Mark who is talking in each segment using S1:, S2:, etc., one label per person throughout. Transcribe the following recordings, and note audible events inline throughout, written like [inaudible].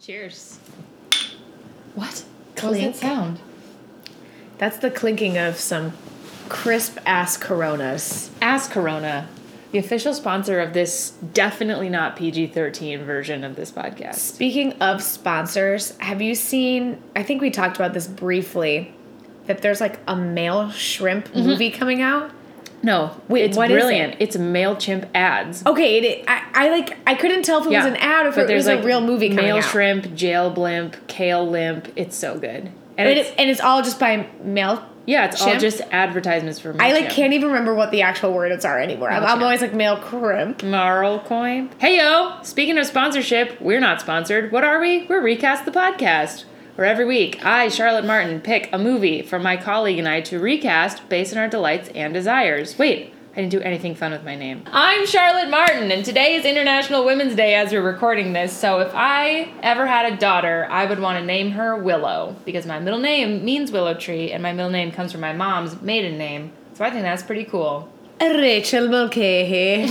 S1: Cheers.
S2: What? What was that sound?
S3: That's the clinking of some crisp ass Coronas. Ass Corona, the official sponsor of this.
S1: Definitely not PG 13 version of this podcast.
S3: Speaking of sponsors, have you seen? I think we talked about this briefly. That there's like a male shrimp
S1: Mm-hmm.
S3: movie coming out.
S1: No,
S3: Wait,
S1: it's
S3: what is
S1: brilliant.
S3: it?
S1: It's MailChimp ads.
S3: Okay, it, I, I like I couldn't tell if it was an ad or if
S1: But
S3: it
S1: there's
S3: was
S1: like
S3: a real movie coming
S1: Mail
S3: out.
S1: shrimp, jail blimp, kale limp. It's so good. And
S3: and,
S1: it's,
S3: it, and it's all just by male.
S1: yeah, it's all
S3: Chimp?
S1: just advertisements for MailChimp.
S3: I like can't even remember what the actual words are anymore. I'm, I'm
S1: Mailchimp.
S3: always like male crimp.
S1: Marl coin. Hey yo! Speaking of sponsorship, we're not sponsored. What are we? We're Recast the Podcast. Where every week, I, Charlotte Martin, pick a movie from my colleague and I to recast based on our delights and desires. Wait, I didn't do anything fun with my name. I'm Charlotte Martin, and today is International Women's Day as we're recording this. So if I ever had a daughter, I would want to name her Willow because my middle name means willow tree, and my middle name comes from my mom's maiden name. So I think that's pretty cool.
S3: Rachel Mulcahy.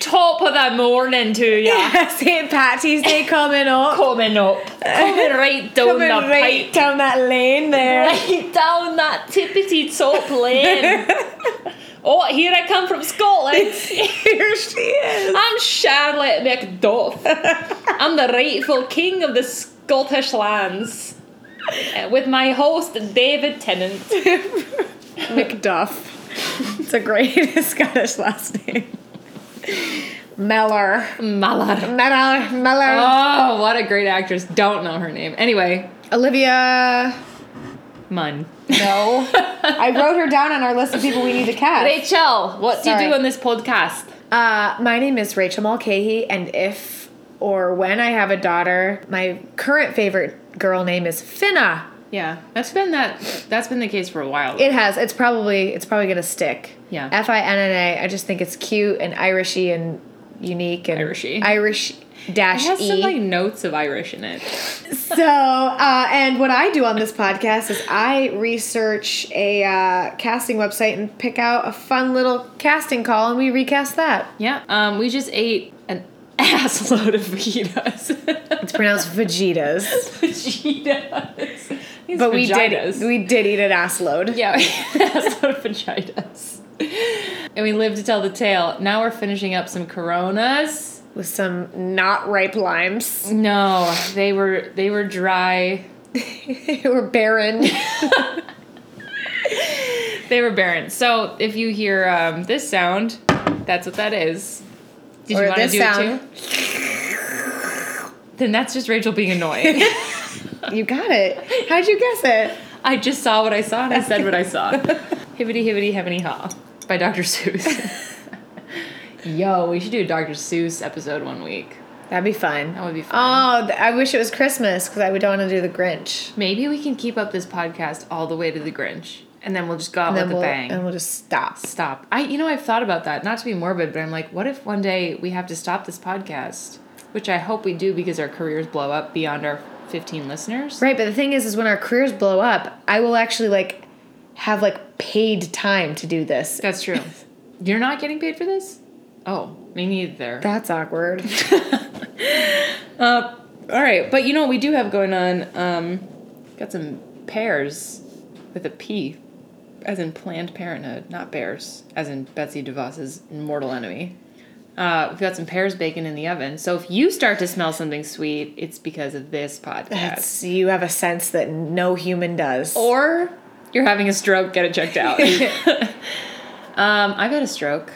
S1: Top of the morning to ya. [laughs]
S3: [laughs] St. Patty's Day coming up.
S1: coming up, coming [laughs] right down
S3: Coming
S1: the
S3: right
S1: pipe,
S3: down that
S1: [laughs]
S3: lane there.
S1: right down that tippity top [laughs] lane. oh, here I come from Scotland. [laughs]
S3: [laughs] Here she is.
S1: I'm Charlotte Macduff. I'm the rightful king of the Scottish [laughs] lands. Uh, With my host David Tennant. [laughs]
S3: McDuff. It's a great [laughs] Scottish last name. Mellor.
S1: Mallard.
S3: Mellor. Mellor.
S1: Oh, what a great actress. Don't know her name. Anyway,
S3: Olivia.
S1: Munn. [laughs]
S3: [laughs] No. I wrote her down on our list of people we need to catch.
S1: Rachel, what do you
S3: Sorry.
S1: do on this podcast?
S3: Uh, my name is Rachel Mulcahy, and if or when I have a daughter, my current favorite girl name is Finna.
S1: Yeah, that's been that. That's been the case for a while.
S3: It has. It's probably it's probably gonna stick.
S1: Yeah.
S3: F I N N A. I just think it's cute and Irishy and unique and
S1: Irishy.
S3: Irish dash
S1: It has
S3: e.
S1: some like notes of Irish in it.
S3: [laughs] So, uh, and what I do on this podcast is I research a uh, casting website and pick out a fun little casting call, and we recast that.
S1: Yeah. Um, we just ate an [laughs] ass load of fajitas. [laughs]
S3: It's pronounced Vegetas,
S1: fajitas. These
S3: but we
S1: vaginas.
S3: did we did eat an ass load.
S1: yeah, [laughs] we ass load of vaginas. And we live to tell the tale. Now we're finishing up some Coronas.
S3: with some not ripe limes. [laughs]
S1: No, they were they were dry.
S3: We're
S1: [laughs]
S3: barren.
S1: They were barren. So if you hear um, this sound, that's what that is. Did
S3: Or
S1: you want to
S3: this
S1: do
S3: sound.
S1: it too? Then that's just Rachel being
S3: [laughs]
S1: annoying.
S3: you got it. How'd you guess it?
S1: I just saw what I saw and I said what I
S3: [laughs]
S1: saw. Hibbity Hibbity Hemmity Ha by Dr. Seuss.
S3: [laughs]
S1: Yo, we should do a Dr. Seuss episode one week.
S3: That'd be fun.
S1: That would be fun.
S3: Oh, th- I wish it was Christmas because I would don't want to do the Grinch.
S1: Maybe we can keep up this podcast all the way to the Grinch and then we'll just go out
S3: And
S1: with
S3: then
S1: a
S3: we'll
S1: bang.
S3: and we'll just stop.
S1: Stop. I you know I've thought about that. Not to be morbid, but I'm like, what if one day we have to stop this podcast? Which I hope we do because our careers blow up beyond our 15 listeners.
S3: Right, but the thing is, is when our careers blow up, I will actually like have like paid time to do this.
S1: That's true. You're not getting paid for this? Oh, me neither.
S3: That's awkward.
S1: Uh, all right, but you know what we do have going on. Um, got some pears with a P, as in Planned Parenthood, not bears, as in Betsy DeVos's mortal enemy. Uh, we've got some pears baking in the oven. So if you start to smell something sweet, it's because of this podcast.
S3: That's you have a sense that no human does.
S1: or you're having a stroke, get it checked out. um, I've had a stroke.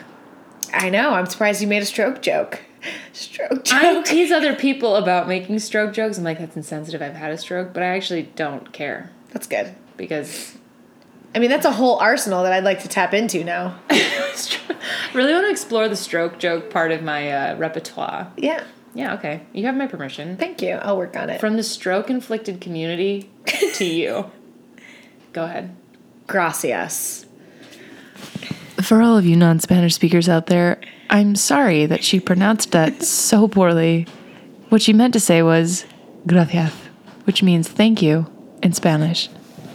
S3: I know. I'm surprised you made a stroke joke. [laughs] Stroke joke. [laughs]
S1: I tease other people about making stroke jokes. I'm like, that's insensitive. I've had a stroke, but I actually don't care
S3: That's good.
S1: because
S3: I mean, that's a whole arsenal that I'd like to tap into now.
S1: [laughs] really want to explore the stroke joke part of my uh, repertoire.
S3: Yeah.
S1: Yeah, okay. You have my permission.
S3: Thank you. I'll work on it.
S1: From the stroke inflicted community to you. Go ahead.
S3: Gracias.
S4: For all of you non Spanish speakers out there, I'm sorry that she
S1: [laughs]
S4: pronounced that so poorly. What she meant to say was gracias, which means thank you in Spanish.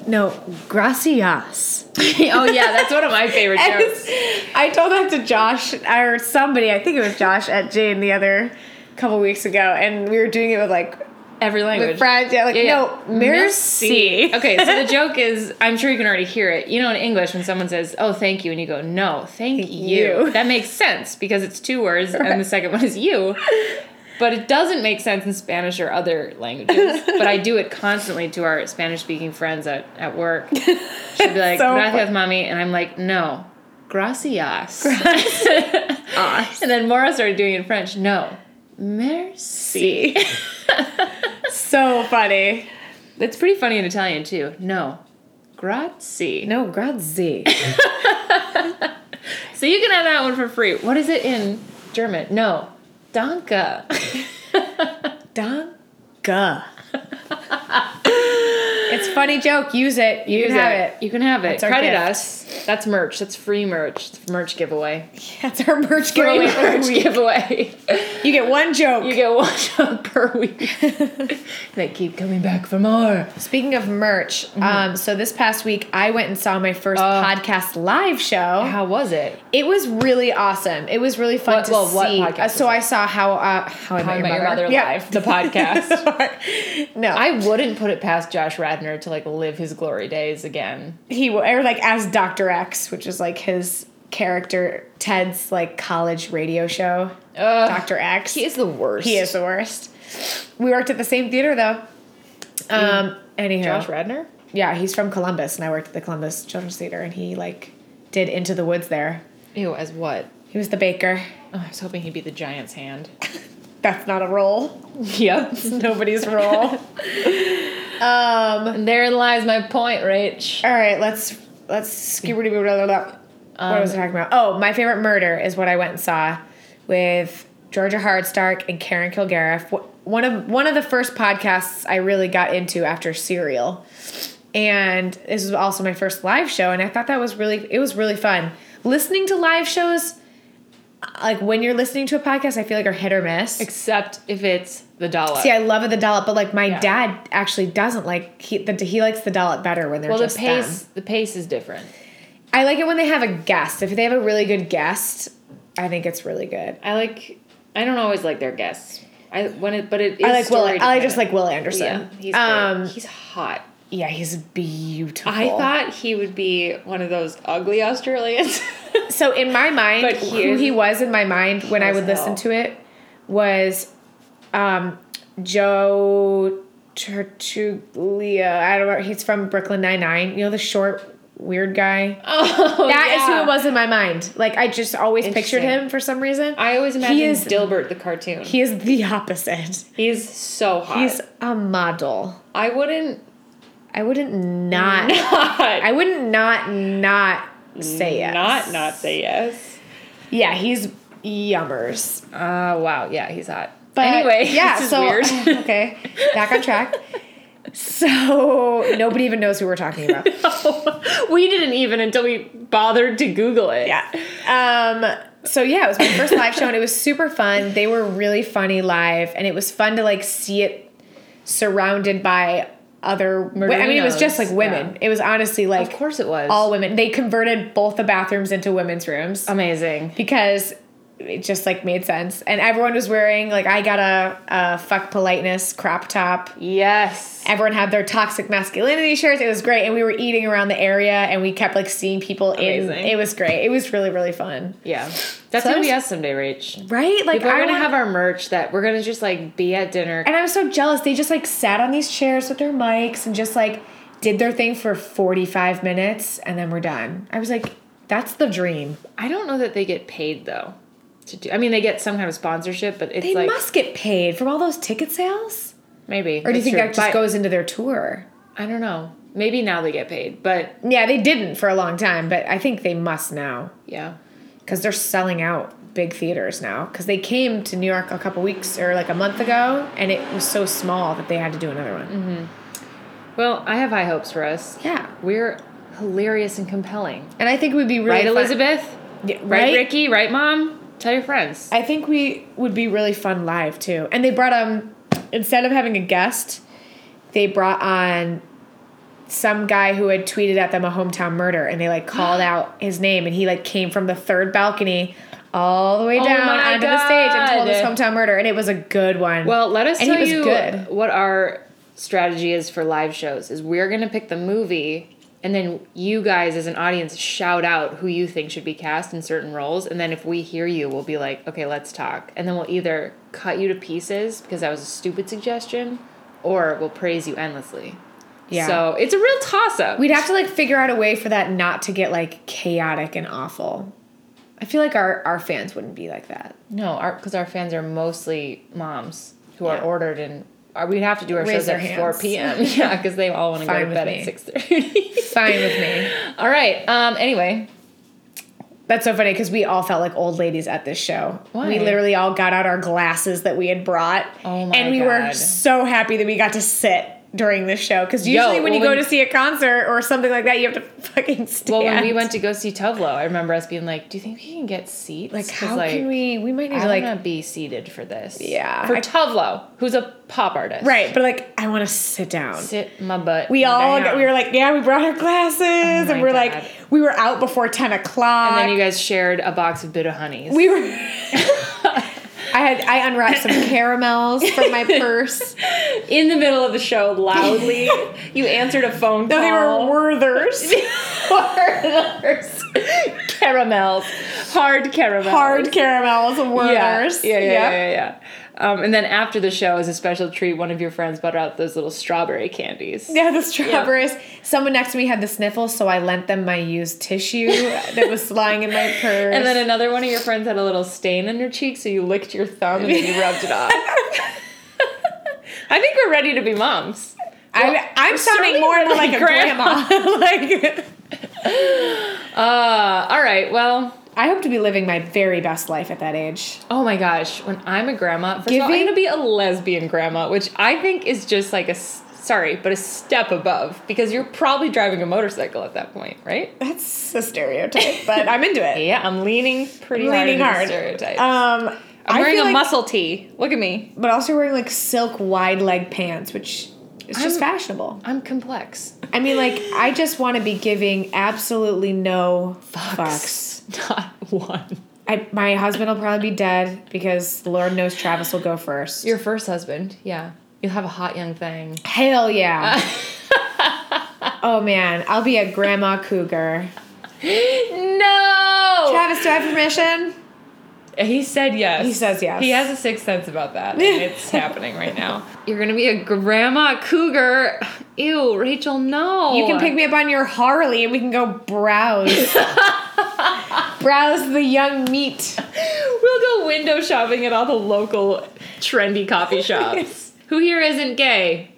S3: No, gracias.
S1: oh, yeah, that's one of my favorite
S3: [laughs] And
S1: jokes.
S3: I told that to Josh or somebody. I think it was Josh at Jane the other couple weeks ago, and we were doing it with like
S1: Every language.
S3: with French. Yeah, like
S1: Yeah, yeah.
S3: no, merci.
S1: okay, so the joke is I'm sure you can already hear it. You know, in English, when someone says, oh, thank you, and you go, no, thank,
S3: Thank
S1: you.
S3: you. [laughs]
S1: That makes sense because it's two words and the second one is you. But it doesn't make sense in Spanish or other
S3: [laughs]
S1: languages. but I do it constantly to our Spanish speaking friends at, at work. She'd
S3: [laughs]
S1: be like,
S3: So
S1: gracias, mommy. And I'm like, no, gracias.
S3: Us.
S1: [laughs] and then Maura started doing it in French. No, merci.
S3: [laughs] so funny.
S1: It's pretty funny in Italian too. No, grazie.
S3: No, grazie.
S1: So you can have that one for free. What is it in German? No, danke.
S3: Danke. [laughs] it's a funny joke. Use it. You can have it.
S1: You can have it.
S3: our
S1: Credit
S3: gift.
S1: us. That's merch. That's free merch. It's merch giveaway.
S3: That's our merch
S1: Free
S3: giveaway. for the
S1: merch
S3: week.
S1: giveaway.
S3: [laughs]
S1: [laughs]
S3: You get one joke.
S1: you get one job per
S3: [laughs]
S1: week. they keep coming back for more.
S3: Speaking of merch, um, so this past week I went and saw my first podcast live show.
S1: How was it?
S3: It was really awesome. It was really fun
S1: What-
S3: to
S1: well, what
S3: see.
S1: podcast
S3: Uh, so
S1: was
S3: I saw how uh, how I
S1: How
S3: met,
S1: I Met Your Mother
S3: Yeah.
S1: live, the podcast.
S3: [laughs] no,
S1: I wouldn't put it past Josh Radner to like live his glory days again.
S3: he w- or like as Doctor X, which is like his character Ted's like college radio show.
S1: Ugh.
S3: Doctor X.
S1: He is the worst.
S3: He is the worst. We worked at the same theater though. Um.
S1: Mm.
S3: Anyhow,
S1: Josh Radner?
S3: yeah, he's from Columbus, and I worked at the Columbus Children's Theater, and he like did Into the Woods there.
S1: Ew, as what?
S3: He was the baker.
S1: Oh, I was hoping he'd be the Giants'
S3: [laughs]
S1: hand.
S3: That's not a role. [laughs]
S1: Yep.
S3: Nobody's role. um.
S1: And therein lies my point, Rach.
S3: All right, let's let's skibberty blah, blah, blah.
S1: Um,
S3: What was I talking about? Oh, my favorite murder is what I went and saw with Georgia Hardstark and Karen Kilgariff. Wh- One of one of the first podcasts I really got into after Serial, and this was also my first live show, and I thought that was really it was really fun. Listening to live shows, like when you're listening to a podcast, I feel like are hit or miss.
S1: Except if it's the dollop.
S3: See, I love the dollop, but like my
S1: Yeah.
S3: dad actually doesn't like he the, he likes the dollop better when they're
S1: well, the
S3: just them.
S1: pace the pace is different.
S3: I like it when they have a guest. If they have a really good guest, I think it's really good.
S1: I like. I don't always like their guests. I when it, but it is
S3: I like Will.
S1: story
S3: I just
S1: dependent.
S3: like Will Anderson.
S1: Yeah, he's
S3: um,
S1: great. he's hot.
S3: yeah, he's beautiful.
S1: I thought he would be one of those ugly Australians. [laughs]
S3: so. In my mind,
S1: But he
S3: who
S1: is-
S3: he was in my mind when I
S1: as
S3: would listen
S1: hell.
S3: to it was um, Joe Tertuglia. I don't know. He's from Brooklyn Nine Nine. You know the short, weird guy.
S1: oh,
S3: That is
S1: yeah.
S3: who it was in my mind. Like I just always pictured
S1: Interesting.
S3: him for some reason.
S1: I always imagined
S3: is-
S1: Dilbert the cartoon.
S3: he is the opposite.
S1: he's so hot.
S3: He's a model.
S1: I wouldn't
S3: I wouldn't
S1: Mm. [laughs]
S3: not.
S1: not
S3: [laughs] I wouldn't not not say yes.
S1: not not say yes.
S3: Yeah, he's yummers.
S1: Oh wow, yeah, he's hot.
S3: But
S1: anyway, [laughs]
S3: [laughs] yeah.
S1: this is
S3: so
S1: weird.
S3: [laughs] okay, back on track. So nobody even knows who we're talking about.
S1: we didn't even until we bothered to Google it.
S3: Yeah. Um. So yeah, it was my first live show, and it was super fun. They were really funny live, and it was fun to like see it surrounded by other. Wi- I mean, it was just like
S1: Murderinos,
S3: women. It was honestly like
S1: Of course it was.
S3: all women. They converted both the bathrooms into women's rooms.
S1: Um, amazing.
S3: because it just like made sense and everyone was wearing like i got a, a fuck politeness crop top
S1: Yes.
S3: everyone had their toxic masculinity shirts it was great and we were eating around the area and we kept like seeing people in
S1: Amazing.
S3: it was great it was really really fun
S1: Yeah. That's
S3: So
S1: gonna
S3: there's-
S1: be us someday, Rach.
S3: right like
S1: People are
S3: i
S1: gonna
S3: want-
S1: have our merch that we're gonna just like be at dinner.
S3: and i was so jealous they just like sat on these chairs with their mics and just like did their thing for 45 minutes and then we're done i was like that's the dream
S1: I don't know that they get paid though. To do, I mean, they get some kind of sponsorship, but it's
S3: they
S1: like
S3: must get paid from all those ticket sales
S1: maybe.
S3: or do you think that just goes into their tour
S1: I don't know. Maybe now they get paid, but
S3: Yeah, they didn't for a long time, but I think they must now
S1: yeah.
S3: because they're selling out big theaters now. Because they came to New York a couple weeks or like a month ago, and it was so small that they had to do another one.
S1: Mm-hmm. Well, I have high hopes for us.
S3: Yeah,
S1: We're hilarious and compelling,
S3: and I think we'd be really
S1: right,
S3: fun-
S1: Elizabeth?
S3: Yeah,
S1: Right,
S3: right,
S1: Ricky? Right, Mom? Tell your friends.
S3: I think we would be really fun live too. And they brought um instead of having a guest, they brought on some guy who
S1: [gasps]
S3: had tweeted at them a hometown murder and they like called out his name and he like came from the third balcony all the way
S1: Oh
S3: down
S1: my
S3: onto the stage and told his
S1: God.
S3: hometown murder, and it was a good one.
S1: Well, let us
S3: And he
S1: tell
S3: was
S1: you
S3: good.
S1: what our strategy is for live shows. Is we're gonna pick the movie, and then you guys, as an audience, shout out who you think should be cast in certain roles, and then if we hear you, we'll be like, okay, let's talk, and then we'll either cut you to pieces because that was a stupid suggestion, or we'll praise you endlessly.
S3: Yeah.
S1: So it's a real toss up.
S3: we'd have to like figure out a way for that not to get like chaotic and awful. I feel like our our fans wouldn't be like that.
S1: No, our because our fans are mostly moms who
S3: Yeah.
S1: are ordered and or we'd have to do our
S3: Raise
S1: shows
S3: their
S1: at four
S3: hands.
S1: p.m. [laughs] Yeah, because they all want to go
S3: Fine
S1: to
S3: with
S1: bed
S3: me.
S1: at six thirty. [laughs]
S3: Fine with me.
S1: all right. Um. Anyway,
S3: That's so funny because we all felt like old ladies at this show.
S1: Why?
S3: We literally all got out our glasses that we had brought.
S1: Oh my
S3: And we were
S1: God.
S3: so happy that we got to sit during this show because
S1: Yo,
S3: usually when
S1: well,
S3: you go
S1: when-
S3: to see a concert or something like that, you have to [laughs] fucking stand.
S1: well, when we went to go see Tovlo, I remember us being like, "Do you think we can get seats?
S3: like
S1: 'Cause,
S3: how
S1: like,
S3: can we? We might need
S1: I
S3: to like
S1: want to be seated for this.
S3: Yeah,
S1: For
S3: I-
S1: Tovlo, who's a pop artist.
S3: right, but like I want to sit down.
S1: Sit my butt.
S3: We all
S1: down. Oh
S3: got, we were like, yeah, we brought our glasses,
S1: my
S3: and we're
S1: God.
S3: like, we were out before ten o'clock.
S1: And then you guys shared a box of bit of honeys. [laughs]
S3: we [laughs] were. I had I unwrapped [coughs] some caramels from my purse.
S1: in the middle of the show [laughs] loudly. you answered a phone
S3: No,
S1: call.
S3: they were
S1: [laughs]
S3: Werthers.
S1: Caramels. caramels. Hard caramels.
S3: hard caramels
S1: yeah.
S3: Werthers.
S1: Yeah, yeah, yeah,
S3: Yep.
S1: yeah, yeah. Um, and then after the show, as a special treat, one of your friends brought out those little strawberry candies.
S3: Yeah, the strawberries. Someone next to me had the sniffles, so I lent them my used tissue that was lying in my purse.
S1: And then another one of your friends had a little stain on your cheek, so you licked your thumb and then you rubbed it
S3: [laughs]
S1: off. [laughs] I think we're ready to be moms.
S3: I, I'm sounding
S1: starting
S3: more and
S1: with,
S3: more like a
S1: like, grandma.
S3: grandma. [laughs] like,
S1: Uh, all right, well,
S3: I hope to be living my very best life at that age.
S1: Oh my gosh, when I'm a grandma, first of all, I'm
S3: Giving-
S1: gonna be a lesbian grandma, which I think is just like a s- sorry, but a step above because you're probably driving a motorcycle at that point, right?
S3: That's a stereotype, but I'm
S1: [laughs]
S3: into it.
S1: Yeah, I'm leaning pretty
S3: Leaning hard.
S1: hard. into Stereotypes.
S3: Um,
S1: I'm wearing a
S3: feel like-
S1: muscle tee. Look at me.
S3: but also wearing like silk wide leg pants, which is just
S1: I'm-
S3: fashionable.
S1: I'm complex.
S3: I mean, like, I just want to be giving absolutely no fucks.
S1: [laughs] Not one.
S3: I, my husband will probably be dead because Lord knows Travis will go first.
S1: Your first husband, yeah. You'll have a hot young thing.
S3: Hell yeah. oh man, I'll be a grandma cougar.
S1: no.
S3: Travis, do I have permission?
S1: He said yes.
S3: He says yes.
S1: He has a sixth sense about that. [laughs] and it's happening right now. You're gonna be a grandma cougar. Ew, Rachel, no.
S3: You can pick me up on your Harley and we can go browse. browse the young meat.
S1: [gasps] We'll go window shopping at all the local trendy [laughs] coffee shops. Who here isn't gay?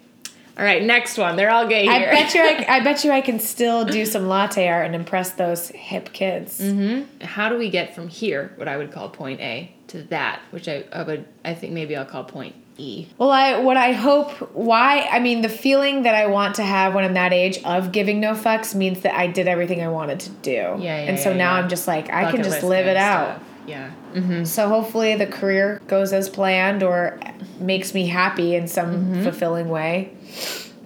S1: All right, next one. They're all gay
S3: I
S1: here.
S3: bet you I, I bet you I can still do some latte art and impress those hip kids.
S1: [laughs] How do we get from here, what I would call point A, to that, which I, I would, I think maybe I'll call point E.
S3: Well, I what I hope why I mean the feeling that I want to have when I'm that age of giving no fucks means that I did everything I wanted to do. Yeah,
S1: yeah,
S3: And so
S1: yeah,
S3: now
S1: yeah.
S3: I'm just like I can
S1: Bucket
S3: just
S1: list Mm.
S3: live
S1: kind
S3: it
S1: of
S3: out.
S1: stuff. Yeah.
S3: So hopefully the career goes as planned or makes me happy in some
S1: Mm-hmm.
S3: fulfilling way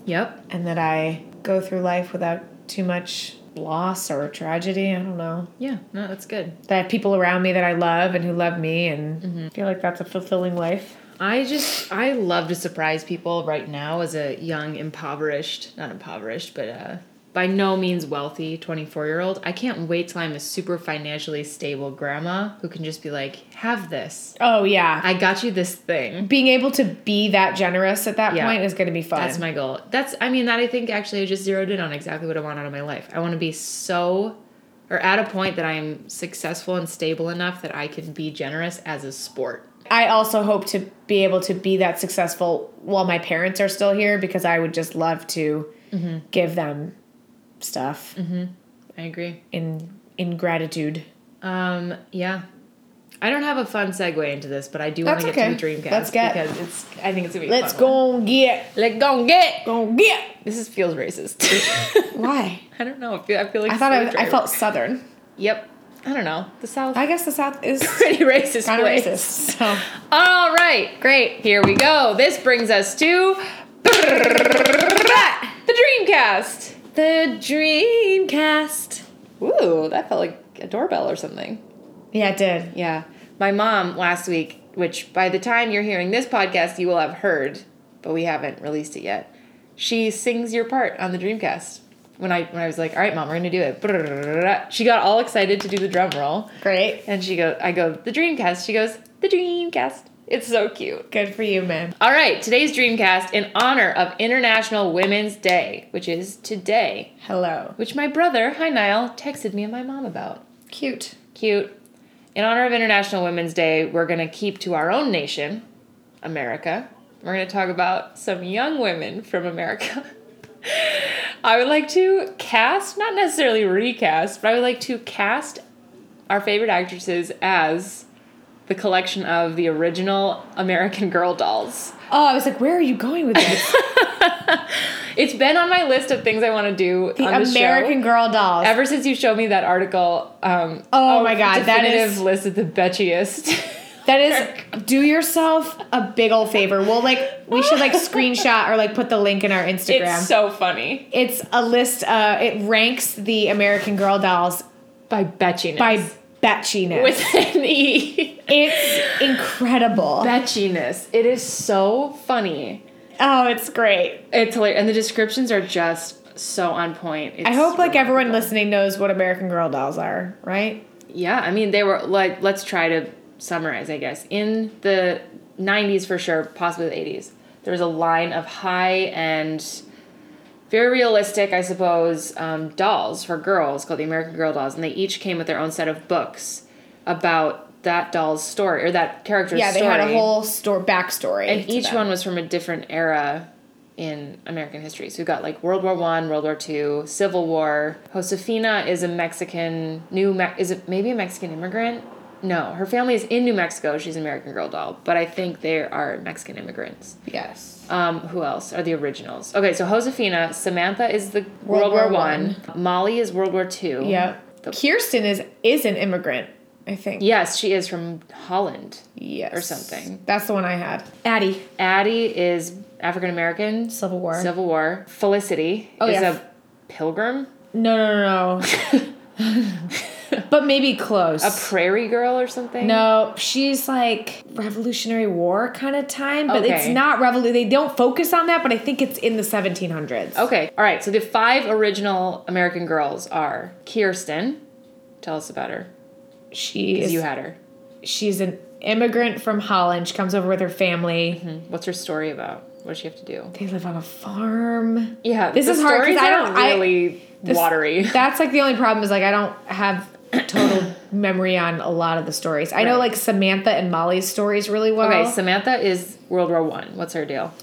S1: Yep.
S3: and that I go through life without too much loss or tragedy, I don't know.
S1: Yeah. No, that's good.
S3: That I have people around me that I love and who love me and
S1: Mm-hmm.
S3: feel like that's a fulfilling life.
S1: I just I love to surprise people right now as a young impoverished, not impoverished, but uh by no means wealthy 24 year old. I can't wait till I'm a super financially stable grandma who can just be like, have this.
S3: Oh yeah.
S1: I got you this thing.
S3: being able to be that generous at that
S1: Yeah.
S3: point is going to be fun.
S1: That's my goal. That's I mean that I think actually I just zeroed in on exactly what I want out of my life. I want to be so or at a point that I'm successful and stable enough that I can be generous as a sport.
S3: I also hope to be able to be that successful while my parents are still here because I would just love to give them stuff
S1: I agree.
S3: in in gratitude.
S1: Um, yeah. I don't have a fun segue into this, but I do want to
S3: That's
S1: get to the
S3: okay.
S1: Dreamcast
S3: Let's get-
S1: because it's I think it's gonna be a
S3: Let's
S1: fun one.
S3: go and get
S1: Let's go and get
S3: go and get.
S1: this is, feels racist.
S3: Why?
S1: I don't know. I feel, I feel like
S3: I thought I, was-
S1: slave
S3: I
S1: driver.
S3: felt southern.
S1: Yep. I don't know. The South
S3: I guess the South [laughs] is
S1: pretty racist
S3: kind of
S1: place.
S3: racist. So
S1: All right, great. Here we go. This brings us to the Dreamcast. The Dreamcast. Ooh, that felt like a doorbell or something.
S3: Yeah, it did.
S1: Yeah. My mom last week, which by the time you're hearing this podcast, you will have heard, but we haven't released it yet. She sings your part on the Dreamcast. When I when I was like, "All right, mom, we're gonna do it," she got all excited to do the drum roll,
S3: Great.
S1: and she go, "I go the Dreamcast." She goes, "The Dreamcast." It's so cute.
S3: Good for you, man.
S1: All right, today's Dreamcast in honor of International Women's Day, which is today,
S3: Hello.
S1: which my brother, hi Niall, texted me and my mom about.
S3: Cute.
S1: Cute. In honor of International Women's Day, we're going to keep to our own nation, America. We're going to talk about some young women from America. [laughs] I would like to cast, not necessarily recast, but I would like to cast our favorite actresses as the collection of the original American Girl dolls.
S3: Oh, I was like, where are you going with [laughs] this?
S1: It's been on my list of things I want to do
S3: The
S1: on the
S3: American
S1: show.
S3: Girl dolls.
S1: Ever since you showed me that article, um,
S3: Oh
S1: of
S3: my God, that
S1: definitive
S3: is-
S1: list of the [laughs] betchiest.
S3: that is, do yourself a big ol' favor. We'll like, we should like screenshot or like put the link in our Instagram.
S1: It's so funny.
S3: It's a list. Uh, it ranks the American Girl dolls
S1: By betchiness.
S3: by betchiness.
S1: with an E.
S3: it's incredible.
S1: [laughs] Betchiness. It is so funny.
S3: oh, it's great.
S1: It's hilarious. And the descriptions are just so on point. It's
S3: I hope like everyone
S1: remarkable.
S3: listening knows what American Girl dolls are, right?
S1: Yeah, I mean, they were like, let's try to summarize, I guess. In the 90s for sure, possibly the 80s, there was a line of high end, very realistic, I suppose, um, dolls for girls called the American Girl dolls, and they each came with their own set of books about that doll's story or that character's
S3: yeah, they
S1: story.
S3: had a whole store backstory.
S1: And
S3: to
S1: each
S3: them.
S1: one was from a different era in American history. So we got like World War One, World War Two, Civil War. Josefina is a Mexican new Me- is it maybe a Mexican immigrant? No, her family is in New Mexico. She's an American Girl doll, but I think they are Mexican immigrants.
S3: Yes.
S1: Um, who else are the originals? Okay, so Josefina, Samantha is the World,
S3: World
S1: War
S3: War
S1: One. Molly is World War Two.
S3: Yep.
S1: The-
S3: Kirsten is is an immigrant, I think.
S1: Yes, she is from Holland.
S3: Yes.
S1: Or something.
S3: That's the one I had. Addie.
S1: Addie is African American.
S3: Civil War.
S1: Civil War. Felicity
S3: Oh,
S1: is
S3: yeah.
S1: a pilgrim,
S3: no, no, no,
S1: [laughs]
S3: no. but maybe close.
S1: a prairie girl or something.
S3: No, she's like Revolutionary War kind of time, but it's
S1: Okay.
S3: not revolution. They don't focus on that, but I think it's in the 1700s.
S1: Okay. All right. So the five original American girls are Kirsten. Tell us about her.
S3: She
S1: 'cause
S3: is,
S1: You had her.
S3: she's an immigrant from Holland. She comes over with her family.
S1: What's her story about? What does she have to do?
S3: They live on a farm.
S1: Yeah.
S3: This
S1: the
S3: is hard 'cause
S1: stories
S3: I
S1: aren't
S3: don't- I-
S1: really
S3: This- [laughs]
S1: watery. [laughs]
S3: That's like the only problem is like I don't have total memory on a lot of the stories. I know
S1: Right.
S3: like Samantha and Molly's stories really well.
S1: okay. Samantha is World War One. What's her deal?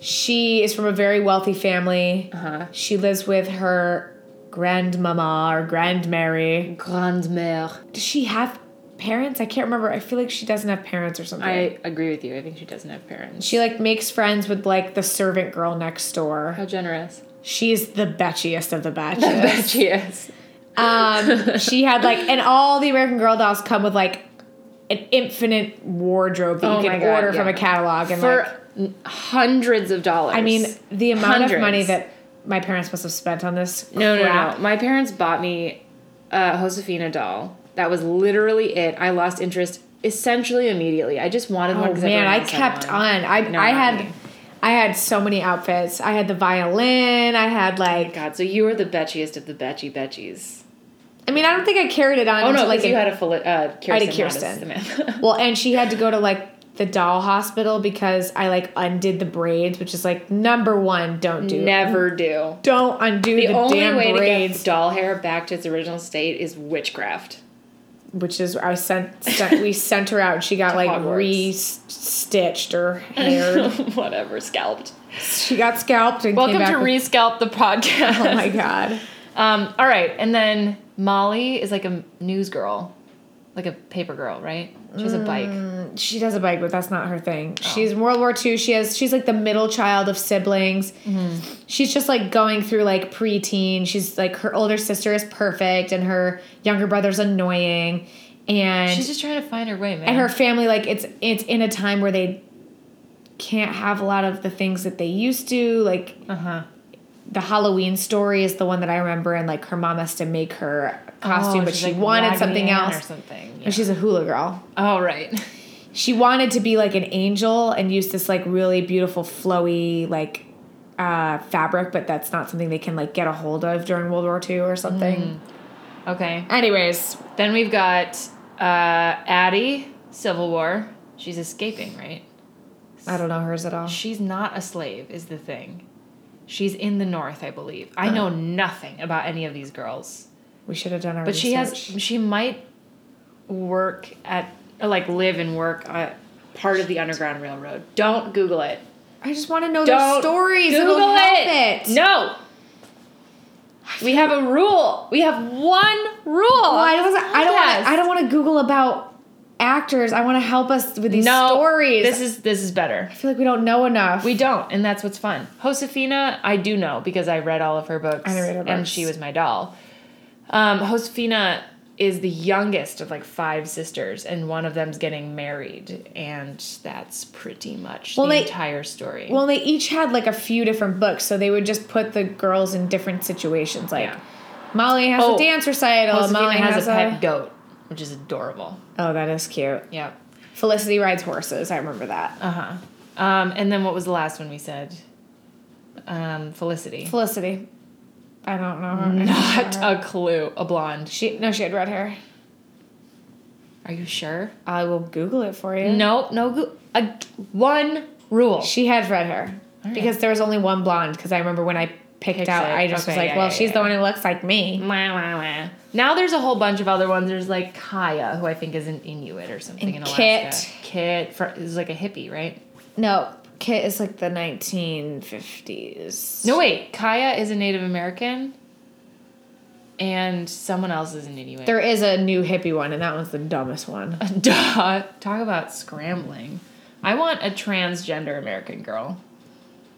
S3: She is from a very wealthy family.
S1: Uh-huh.
S3: She lives with her grandmama or grandmary.
S1: Grandmère.
S3: Does she have parents? I can't remember. I feel like she doesn't have parents or something.
S1: I agree with you. I think she doesn't have parents.
S3: she like makes friends with like the servant girl next door.
S1: How generous.
S3: She's the betchiest of
S1: [laughs]
S3: the
S1: I
S3: batches.
S1: bet she is.
S3: um, she had like, and all the American Girl dolls come with like an infinite wardrobe that
S1: Oh
S3: you
S1: my
S3: can
S1: God,
S3: order from
S1: yeah.
S3: a catalog. And
S1: for
S3: like,
S1: n- hundreds of dollars.
S3: I mean, the amount of money
S1: Hundreds.
S3: that my parents must have spent on this.
S1: no, no,
S3: crap.
S1: no. My parents bought me a Josefina doll. That was literally it. I lost interest essentially immediately. I just wanted one
S3: Oh
S1: 'cause
S3: man,
S1: everyone
S3: I
S1: else had
S3: kept
S1: one.
S3: on. I
S1: No,
S3: I
S1: not
S3: had
S1: me.
S3: I had so many outfits. I had the violin. I had like
S1: Oh God, so you were the betchiest of the betchy betchies.
S3: I mean, I don't think I carried it
S1: Oh
S3: on
S1: no,
S3: until like
S1: like you
S3: in-
S1: had a Feli- uh, Kirsten.
S3: I had a
S1: not
S3: Kirsten.
S1: Samantha. [laughs]
S3: well, and she had to go to like the doll hospital because I like undid the braids, which is like number one. Don't do
S1: Never do.
S3: Don't undo
S1: The,
S3: the,
S1: only
S3: damn
S1: way
S3: braids,
S1: to get doll hair back to its original state is witchcraft. [laughs]
S3: which is I sent, sent we sent her out and she got like
S1: Hogwarts.
S3: re-stitched her
S1: [laughs]
S3: hair.
S1: Whatever, scalped.
S3: she got scalped and
S1: Welcome
S3: came back
S1: to
S3: with-
S1: Rescalp the podcast.
S3: [laughs] Oh my god.
S1: Um, all right, and then Molly is like a news girl, like a paper girl, right? She
S3: Mm.
S1: has a bike.
S3: she does a bike, but that's not her thing.
S1: Oh.
S3: She's in World War II. She has she's like the middle child of siblings.
S1: Mm-hmm.
S3: She's just like going through like preteen. She's like her older sister is perfect, and her younger brother's annoying, and
S1: She's just trying to find her way, man. Oh,
S3: and her family like it's it's in a time where they can't have a lot of the things that they used to like
S1: uh huh.
S3: the Halloween story is the one that I remember, and like her mom has to make her costume,
S1: Oh,
S3: but
S1: she's,
S3: she
S1: like,
S3: wanted
S1: Raggedy
S3: something
S1: Ann
S3: else.
S1: or something.
S3: And she's a hula girl.
S1: Oh right. [laughs]
S3: She wanted to be like an angel and use this like really beautiful flowy like uh, fabric, but that's not something they can like get a hold of during World War II or something.
S1: Okay.
S3: Anyways,
S1: Then we've got uh, Addie, Civil War. She's escaping, right?
S3: I don't know hers at all.
S1: She's not a slave, is the thing. She's in the North, I believe. I
S3: Uh-huh.
S1: know nothing about any of these girls,
S3: We should have done our.
S1: but she has.
S3: research.
S1: She might work at, or like, live and work at part of the Underground Railroad. Don't Google it.
S3: I just want to know
S1: Don't
S3: their stories.
S1: Google
S3: It'll help
S1: it.
S3: it.
S1: No. We have a rule. We have one rule.
S3: Well, I don't. I don't.
S1: Yes.
S3: Wanna, I don't want to Google about actors. I want to help us with these
S1: no,
S3: stories.
S1: This is this is better.
S3: I feel like we don't know enough.
S1: We don't, and that's what's fun. Josefina, I do know because I read all of her books,
S3: I read her
S1: and
S3: books.
S1: she was my doll. Um, Josefina is the youngest of like five sisters, and one of them's getting married, and that's pretty much
S3: Well,
S1: the
S3: they-
S1: entire story.
S3: well, they each had like a few different books, so they would just put the girls in different situations. Like
S1: Yeah.
S3: Molly has
S1: Oh,
S3: a dance recital.
S1: Josefina
S3: Molly
S1: has, a pet goat, which is adorable.
S3: Oh, that is cute.
S1: Yep.
S3: Felicity rides horses. I remember that.
S1: Uh huh. Um, and then what was the last one we said? Um,
S3: [laughs]
S1: Felicity.
S3: Felicity. I don't know her.
S1: Mm. Not a clue. A blonde.
S3: She no, she had red hair.
S1: Are you sure?
S3: I will Google it for you.
S1: No, no. Go- a, one rule.
S3: She had red hair because there was only one blonde. Because I remember when I picked,
S1: Picked
S3: out,
S1: it.
S3: I just was
S1: Okay,
S3: like,
S1: yeah,
S3: well,
S1: yeah,
S3: she's the
S1: yeah.
S3: one who looks like me.
S1: Wah, wah, wah. Now there's a whole bunch of other ones. There's like Kaya, who I think is an Inuit or something
S3: And
S1: in Alaska.
S3: Kit.
S1: Kit fr- is like a hippie, right?
S3: No, Kit is like the 1950s.
S1: No, wait. Kaya is a Native American, and someone else is an Inuit.
S3: There is a new hippie one, and that one's the dumbest
S1: [laughs]
S3: one.
S1: Duh. Talk about scrambling. I want a transgender American girl.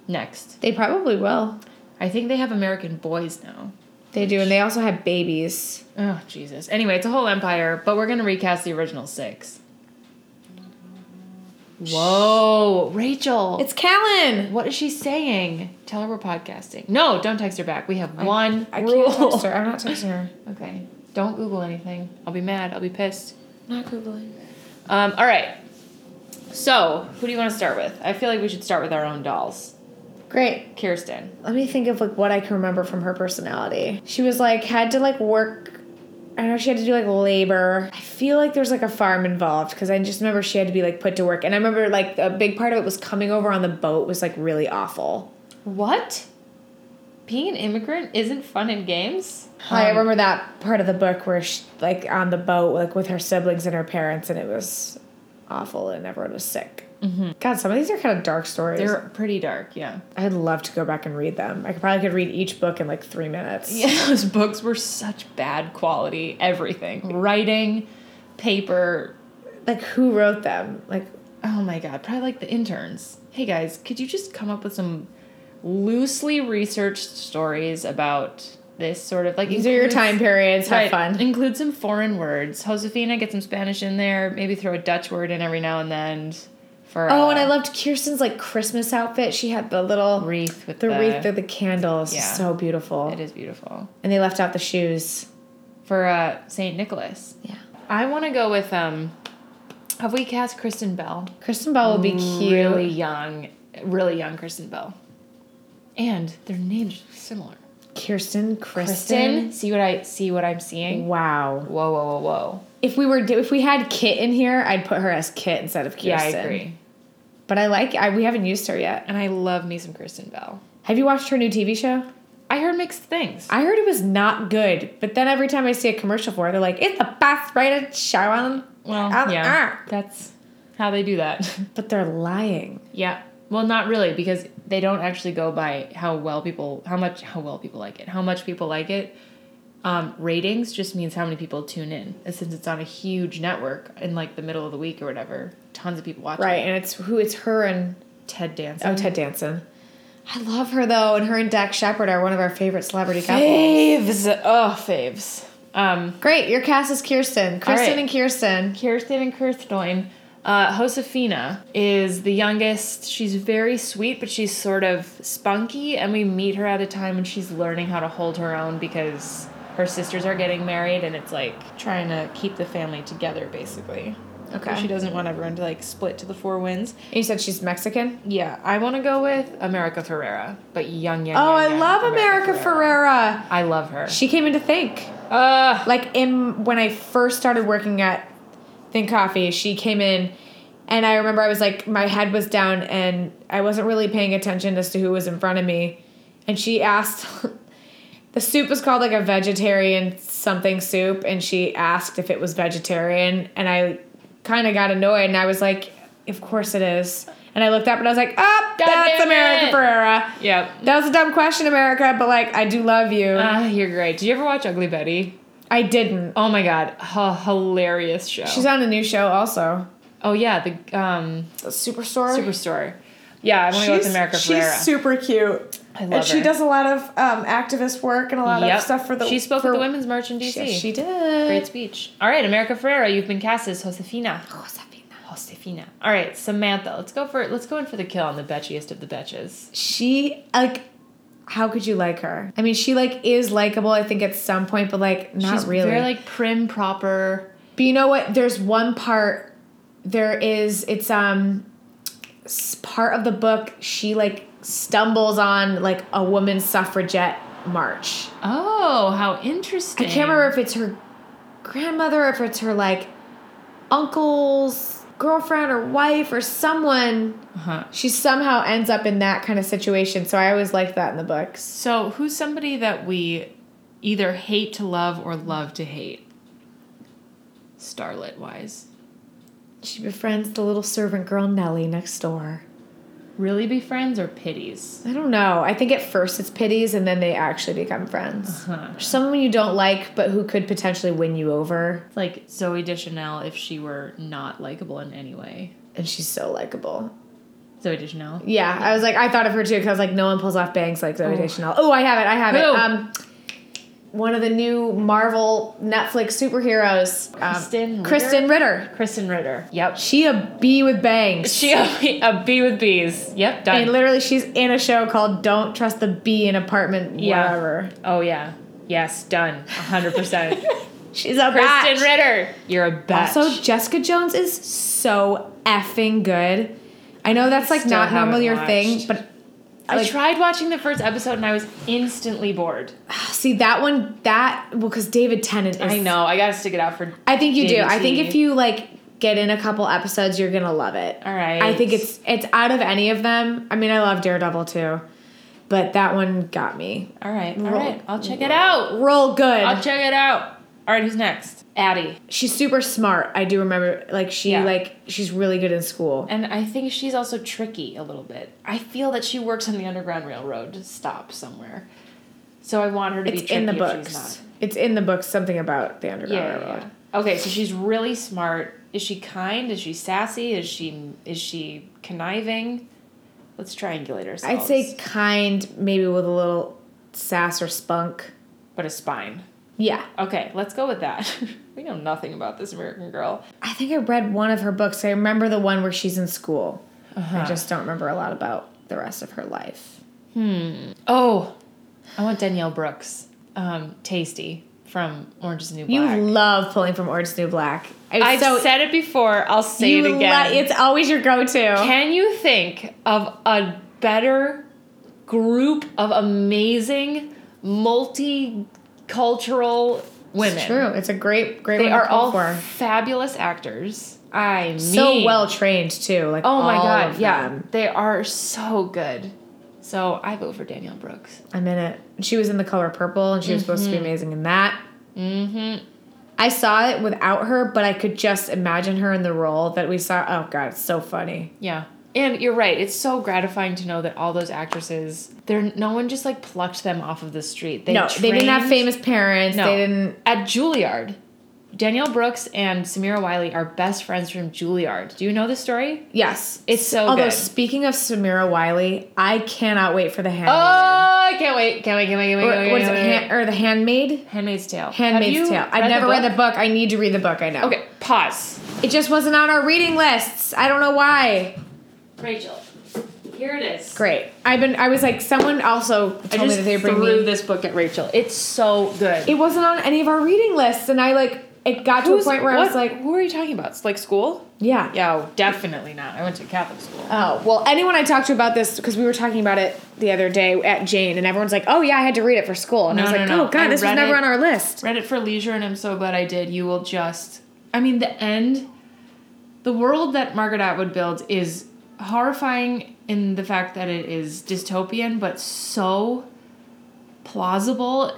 S1: Next.
S3: They probably will.
S1: I think they have American boys now.
S3: They do, and they also have babies.
S1: Oh, Jesus. Anyway, it's a whole empire, but we're going to recast the original six. Whoa, Rachel.
S3: It's Callan.
S1: What is she saying? Tell her we're podcasting. No, don't text her back. We have one
S3: I
S1: rule.
S3: can't text her. I'm not texting her.
S1: [laughs] Okay. Don't Google anything. I'll be mad. I'll be pissed.
S3: I'm [laughs] not googling.
S1: Um, all right. So, who do you want to start with? I feel like we should start with our own dolls.
S3: Great.
S1: Kirsten.
S3: Let me think of like what I can remember from her personality. She was like had to like work. I don't know she had to do like labor. I feel like there's like a farm involved because I just remember she had to be like put to work. And I remember like a big part of it was coming over on the boat was like really awful.
S1: What? Being an immigrant isn't fun in games?
S3: I remember that part of the book where she like on the boat like with her siblings and her parents and it was awful and everyone was sick. Mm-hmm. God, some of these are kind of dark stories.
S1: They're pretty dark, yeah.
S3: I'd love to go back and read them. I could probably could read each book in like three minutes.
S1: Yeah, [laughs] those books were such bad quality. Everything. Writing, paper.
S3: Like who wrote them? Like
S1: Oh my god, probably like the interns. Hey guys, could you just come up with some loosely researched stories about this sort of like
S3: These are your time periods.
S1: [laughs]
S3: Have fun.
S1: Include some foreign words. Josefina, get some Spanish in there, maybe throw a Dutch word in every now and then for
S3: Oh,
S1: uh,
S3: and I loved Kirsten's like Christmas outfit. She had the little
S1: wreath with
S3: the, wreath of the candles.
S1: Yeah.
S3: So beautiful.
S1: It is beautiful.
S3: And they left out the shoes.
S1: For uh Saint Nicholas.
S3: Yeah.
S1: I wanna go with um have we cast Kristen Bell?
S3: Kristen Bell will be cute.
S1: really young, really young Kristen Bell. And their names are similar.
S3: Kirsten, Kristen.
S1: Kristen, see what I see what I'm seeing.
S3: Wow.
S1: Whoa, whoa, whoa, whoa.
S3: If we were do- if we had Kit in here, I'd put her as Kit instead of Kirsten.
S1: Yeah, I agree.
S3: But I like I, we haven't used her yet.
S1: And I love me some Kristen Bell.
S3: Have you watched her new TV show?
S1: I heard mixed things.
S3: I heard it was not good, but then every time I see a commercial for it, they're like, "It's the best rated show on."
S1: well,
S3: I'm-
S1: yeah,
S3: ah.
S1: that's how they do that. [laughs]
S3: But they're lying.
S1: yeah. Well, not really because they don't actually go by how well people, how much, how well people like it, how much people like it. Um, ratings just means how many people tune in. And since it's on a huge network in like the middle of the week or whatever, tons of people watch it.
S3: Right, and it's who it's her and
S1: Ted Danson.
S3: Oh, Ted Danson. I love her though, and her and Dak Shepard are one of our favorite celebrity couples.
S1: Faves. Oh, faves. Um,
S3: Great, your cast is Kirsten, Kristen,
S1: right.
S3: and Kirsten.
S1: Kirsten and Kirstein. Uh, Josefina is the youngest. She's very sweet, but she's sort of spunky, and we meet her at a time when she's learning how to hold her own because her sisters are getting married, and it's like trying to keep the family together, basically.
S3: Okay.
S1: She doesn't want everyone to like split to the four winds.
S3: You said she's Mexican?
S1: Yeah, I want to go with America Ferrera, but young, young. young,
S3: Oh, I
S1: young
S3: love America Ferrera.
S1: I love her.
S3: She came into Think.
S1: uh,
S3: Like in when I first started working at Think Coffee, she came in and I remember I was like my head was down and I wasn't really paying attention as to who was in front of me. And she asked [laughs] the soup was called like a vegetarian something soup and she asked if it was vegetarian and I kind of got annoyed and I was like of course it is. And I looked up and I was like, "Up,
S1: God
S3: that's
S1: damn
S3: America
S1: it."
S3: Ferrera."
S1: yep.
S3: That was a dumb question, America, but like I do love you.
S1: Ah, you're great. Did you ever watch Ugly Betty?
S3: I didn't.
S1: Oh my god, a hilarious show.
S3: She's on a new show also.
S1: oh yeah, the um,
S3: The Superstore.
S1: Superstore. Yeah, I want to go with America Ferrera.
S3: super cute.
S1: I love
S3: and she
S1: her.
S3: does a lot of um, activist work and a lot
S1: Yep.
S3: of stuff for the
S1: She spoke
S3: for,
S1: at the Women's March in DC.
S3: Yes, she did.
S1: Great speech. All right, America Ferrera, you've been cast as Josefina. Josefina. Josefina. All right, Samantha. Let's go for let's go in for the kill on the betchiest of the betches.
S3: She like how could you like her? I mean, she like is likable I think at some point, but like not
S1: She's
S3: really.
S1: Very like prim, proper.
S3: But you know what? There's one part. There is. It's um, s- part of the book. She like stumbles on like a woman's suffragette march.
S1: Oh, how interesting.
S3: I can't remember if it's her grandmother, if it's her like uncle's girlfriend or wife or someone.
S1: Uh-huh.
S3: She somehow ends up in that kind of situation. So I always liked that in the books.
S1: So, who's somebody that we either hate to love or love to hate? Starlet wise.
S3: She befriends the little servant girl Nellie next door.
S1: Really befriends or pities?
S3: I don't know. I think at first it's pities and then they actually become friends.
S1: Huh.
S3: Someone you don't like but who could potentially win you over
S1: Like Zoe Deschanel if she were not likable in any way.
S3: and she's so likable.
S1: Zoe Deschanel.
S3: Yeah, I was like I thought of her too cuz I was like no one pulls off bangs like Zoe Deschanel. Oh, I have it. I have it.
S1: Who?
S3: Um one of the new Marvel Netflix superheroes,
S1: Kristen
S3: um,
S1: Ritter?
S3: Kristen Ritter.
S1: Kristen Ritter. Yep.
S3: She a bee with bangs.
S1: She a bee with bees. Yep, done.
S3: and literally she's in a show called Don't Trust the Bee in Apartment
S1: Yeah.
S3: whatever.
S1: oh yeah. Yes, done. 100%.
S3: [laughs]
S1: [laughs]
S3: She's a
S1: Kristen
S3: batch.
S1: Ritter. You're a batch.
S3: Also, Jessica Jones is so effing good. I know that's like
S1: Still
S3: not normally your
S1: haven't
S3: thing,
S1: watched.
S3: but
S1: I
S3: like-
S1: tried watching the first episode and I was instantly bored.
S3: see that one that well because David Tennant. Is,
S1: I know. I got to stick it out for
S3: I think you do. I think
S1: JVT.
S3: if you like get in a couple episodes, you're gonna love it.
S1: All right.
S3: I think it's it's out of any of them. I mean, I love Daredevil too, but that one got me.
S1: All right, all
S3: Roll.
S1: right. I'll check it out.
S3: Roll good.
S1: I'll check it out. All right, who's next? Addie.
S3: she's super smart. I do remember like she
S1: Yeah.
S3: like she's really good in school.
S1: And I think she's also tricky a little bit. I feel that she works on the Underground Railroad stop somewhere. So I want her to
S3: It's
S1: be tricky
S3: in the
S1: if she's
S3: books. It's in the books. Something about the Underground
S1: not. Yeah,
S3: Railroad.
S1: yeah, yeah. Okay, so she's really smart. Is she kind? Is she sassy? Is she is she conniving? Let's triangulate ourselves.
S3: I'd say kind, maybe with a little sass or spunk.
S1: but a spine.
S3: Yeah.
S1: Okay, let's go with that. [laughs] we know nothing about this American girl.
S3: I think I read one of her books. I remember the one where she's in school. I just don't remember a lot about the rest of her life.
S1: Oh, I want Danielle Brooks, um, Tasty from Orange Is the New
S3: You
S1: Black.
S3: love pulling from Orange is the New Black. It's
S1: I've said it before. I'll say
S3: you
S1: it again.
S3: lo- it's always your go-to.
S1: Can you think of a better group of amazing multicultural women?
S3: It's true. It's a great, great.
S1: They
S3: one to
S1: are
S3: pull
S1: all
S3: for.
S1: fabulous actors. I mean,
S3: so well trained too. Like
S1: Oh my
S3: all
S1: god!
S3: of
S1: Yeah,
S3: them.
S1: they are so good. So I vote for Danielle Brooks.
S3: I'm in it. She was in The Color Purple, and she was supposed to be amazing in that.
S1: Mm-hmm.
S3: I saw it without her, but I could just imagine her in the role that we saw. Oh god, it's so funny.
S1: Yeah. And you're right. It's so gratifying to know that all those actresses, they're no one just like plucked them off of the street. They
S3: no, they didn't have
S1: trained-
S3: famous parents.
S1: No.
S3: They didn't.
S1: At Juilliard, Danielle Brooks and Samira Wiley are best friends from Juilliard. Do you know this story?
S3: Yes, Oh,
S1: It's so
S3: Although
S1: good.
S3: speaking of Samira Wiley, I cannot wait for the
S1: Oh,
S3: handmaid.
S1: I can't wait! Can't wait! Can't wait! Can't wait!
S3: or,
S1: can't wait,
S3: what is it?
S1: can't wait,
S3: Han- or the Handmaid?
S1: Handmaid's Tale. Have
S3: Handmaid's
S1: you
S3: Tale. I've never read the
S1: book?
S3: book. I need to read the book. I know.
S1: Okay, pause.
S3: It just wasn't on our reading lists. I don't know why.
S5: Rachel, here it is.
S3: Great. I've been. I was like, someone also
S5: I
S3: told me
S5: just
S3: that they bring
S5: threw
S3: me.
S5: this book at Rachel. It's so good.
S3: it wasn't on any of our reading lists, and I like. It got to a point where I was like,
S5: who are you talking about? It's like school?
S3: yeah.
S5: Yeah,
S1: Definitely not. I went to Catholic school.
S3: Oh well, anyone I talked to about this because we were talking about it the other day at Jane, and everyone's like, "Oh yeah, I had to read it for school," and I
S1: No,
S3: was
S1: no,
S3: like,
S1: no.
S3: "Oh god,
S1: I
S3: this was
S1: read
S3: never
S1: it-
S3: on our list."
S1: Read it for leisure, and I'm so glad I did. You will just. I mean, the end. The world that Margaret Atwood builds is horrifying in the fact that it is dystopian, but so plausible.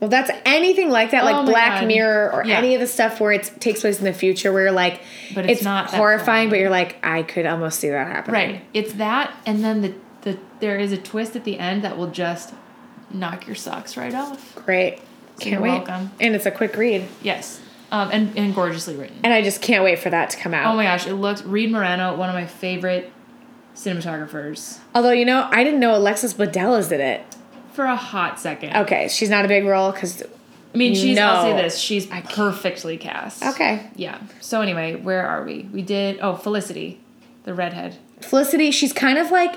S3: Well, that's anything like that, like
S1: Oh my
S3: Black
S1: God.
S3: Mirror or
S1: Yeah.
S3: any of the stuff where it takes place in the future, where you're like,
S1: But
S3: it's,
S1: it's not that
S3: horrifying, but you're like, I could almost see that happening.
S1: Right. It's that, and then the, the there is a twist at the end that will just knock your socks right off.
S3: Great. Can't
S1: you're
S3: wait.
S1: welcome.
S3: And it's a quick read,
S1: Yes. Um, and, and gorgeously written.
S3: and I just can't wait for that to come out.
S1: Oh my gosh, it looks. Reed Morano, one of my favorite cinematographers,
S3: Although you know, I didn't know Alexis Bledel is in it.
S1: for a hot second.
S3: Okay, she's not a big role because
S1: I mean, she's. I'll
S3: No.
S1: say this: she's perfectly cast.
S3: okay,
S1: Yeah. So anyway, where are we? We did. Oh, Felicity, the redhead.
S3: Felicity, she's kind of like,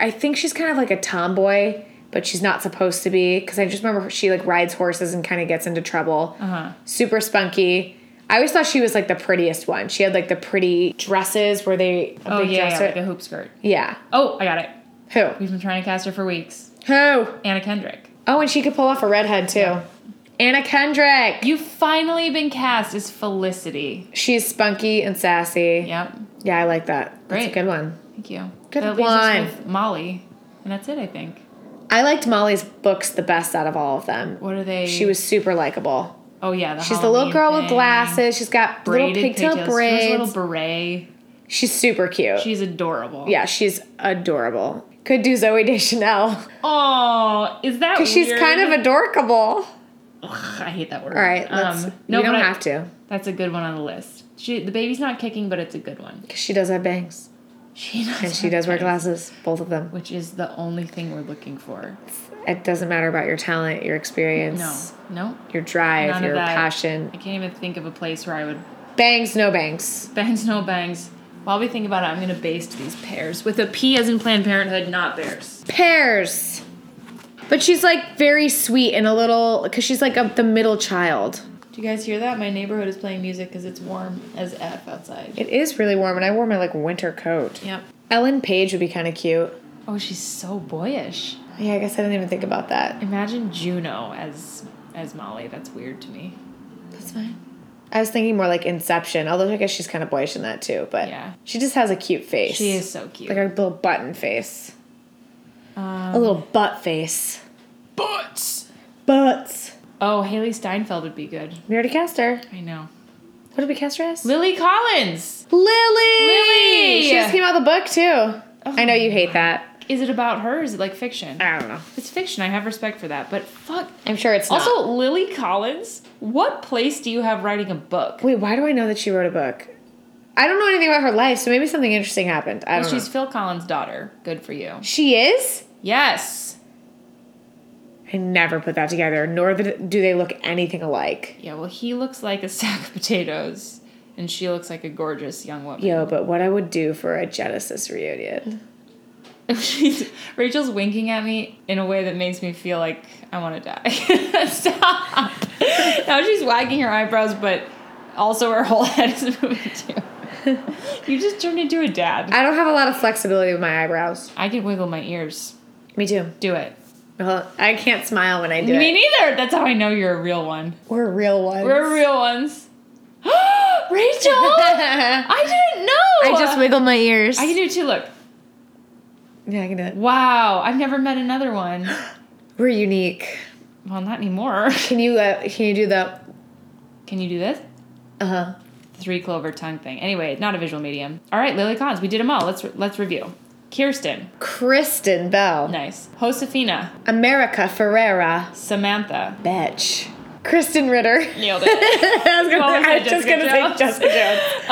S3: I think she's kind of like a tomboy, but she's not supposed to be. Because I just remember her- she like rides horses and kind of gets into trouble. Uh-huh. Super spunky. I always thought she was like the prettiest one. She had like the pretty dresses where they. a
S1: Oh
S3: big
S1: yeah, yeah,
S3: dresser-
S1: like a hoop skirt.
S3: yeah.
S1: Oh, I got it.
S3: Who?
S1: We've been trying to cast her for weeks.
S3: Who?
S1: Anna Kendrick.
S3: Oh, and she could pull off a redhead too. Anna Kendrick.
S1: You've finally been cast as Felicity.
S3: She's spunky and sassy.
S1: Yep.
S3: Yeah, I like that. That's
S1: Great.
S3: a good one.
S1: Thank you.
S3: Good
S1: that leaves us
S3: one.
S1: with Molly, and that's it. I think.
S3: I liked Molly's books the best out of all of them.
S1: What are they?
S3: She was super likable.
S1: Oh yeah, the
S3: She's the little
S1: Halloween
S3: girl with
S1: thing.
S3: glasses. She's got little
S1: Braided
S3: pigtail
S1: pigtails. She wears a
S3: braids.
S1: little beret.
S3: she's super cute.
S1: She's adorable.
S3: yeah, she's adorable. Could do Zoe Deschanel [laughs]
S1: Oh, is that?
S3: because she's kind of
S1: weird?
S3: adorkable.
S1: Ugh, I hate that word.
S3: All right, let's, you don't
S1: Um, but I-
S3: have to
S1: That's a good one on the list. She, the baby's not kicking, but it's a good one.
S3: because she does have bangs
S1: She [laughs] does.
S3: and she
S1: have
S3: does wear
S1: bangs,
S3: glasses, both of them.
S1: which is the only thing we're looking for.
S3: It doesn't matter about your talent, your
S1: No,
S3: experience,
S1: no,
S3: your drive,
S1: none
S3: your
S1: of that.
S3: passion.
S1: I can't even think of a place where I would [laughs]
S3: Bangs, no bangs.
S1: bangs, no bangs. While we think about it, I'm gonna baste these pears with a P as in Planned Parenthood, not bears.
S3: Pears. But she's like very sweet and a little because she's like a, the middle child.
S1: Do you guys hear that? My neighborhood is playing music because it's warm as f outside.
S3: It is really warm, and I wore my like winter coat.
S1: Yep.
S3: Ellen Page would be kind of cute.
S1: Oh, she's so boyish.
S3: Yeah, I guess I didn't even think about that.
S1: Imagine Juno as as Molly. That's weird to me.
S3: That's fine. I was thinking more like Inception, although I guess she's kind of boyish in that too. But
S1: Yeah.
S3: she just has a cute face.
S1: She is so cute.
S3: like a little button face,
S1: um,
S3: a little butt face.
S1: butts.
S3: Butts.
S1: Oh, Haley Steinfeld would be good.
S3: We already cast her.
S1: I know.
S3: What did we cast her as?
S1: Lily Collins.
S3: Lily. Oh.
S1: Lily!
S3: She just came out the book too. I know you hate that.
S1: Is it about her? Is it like fiction?
S3: I don't know.
S1: It's fiction. I have respect for that. But fuck.
S3: I'm sure it's not.
S1: Also, Lily Collins. What place do you have writing a book?
S3: Wait, why do I know that she wrote a book? I don't know anything about her life, so maybe something interesting happened. I
S1: Well,
S3: don't
S1: she's
S3: know.
S1: Phil Collins' daughter. Good for you.
S3: She is.
S1: Yes.
S3: I never put that together, nor did- do they look anything alike.
S1: Yeah. Well, he looks like a [laughs] sack of potatoes, and she looks like a gorgeous young woman.
S3: Yo, but what I would do for a Genesis reunion. [laughs]
S1: [laughs] She's, Rachel's winking at me in a way that makes me feel like I want to die. [laughs] Stop. now she's wagging her eyebrows, but also her whole [laughs] head is moving too. you just turned into a dad.
S3: I don't have a lot of flexibility with my eyebrows.
S1: I can wiggle my ears.
S3: Me too.
S1: Do it.
S3: Well, I can't smile when I do
S1: Me
S3: it.
S1: neither. That's how I know you're a real one.
S3: We're real ones.
S1: We're real ones. [laughs] [gasps]
S3: [laughs]
S1: Rachel!
S3: I
S1: I didn't know.
S3: just wiggle my ears.
S1: I can do it too. Look.
S3: yeah, I can do it.
S1: Wow. I've never met another
S3: [gasps]
S1: one.
S3: We're unique.
S1: Well, not anymore. [laughs]
S3: Can you uh, can you do the
S1: Can you do this?
S3: uh huh?
S1: three clover tongue thing. Anyway, not a visual medium. All right, Lily Collins, we did them all. Let's let's review. Kirsten,
S3: Kristen Bell,
S1: nice. Josefina,
S3: America Ferrera,
S1: Samantha,
S3: bitch. Kristen Ritter.
S1: nailed it.
S3: [laughs] I was, gonna,
S1: What was
S3: I
S1: that,
S3: was just
S1: Jessica
S3: gonna say
S1: Jones?
S3: Jessica Jones.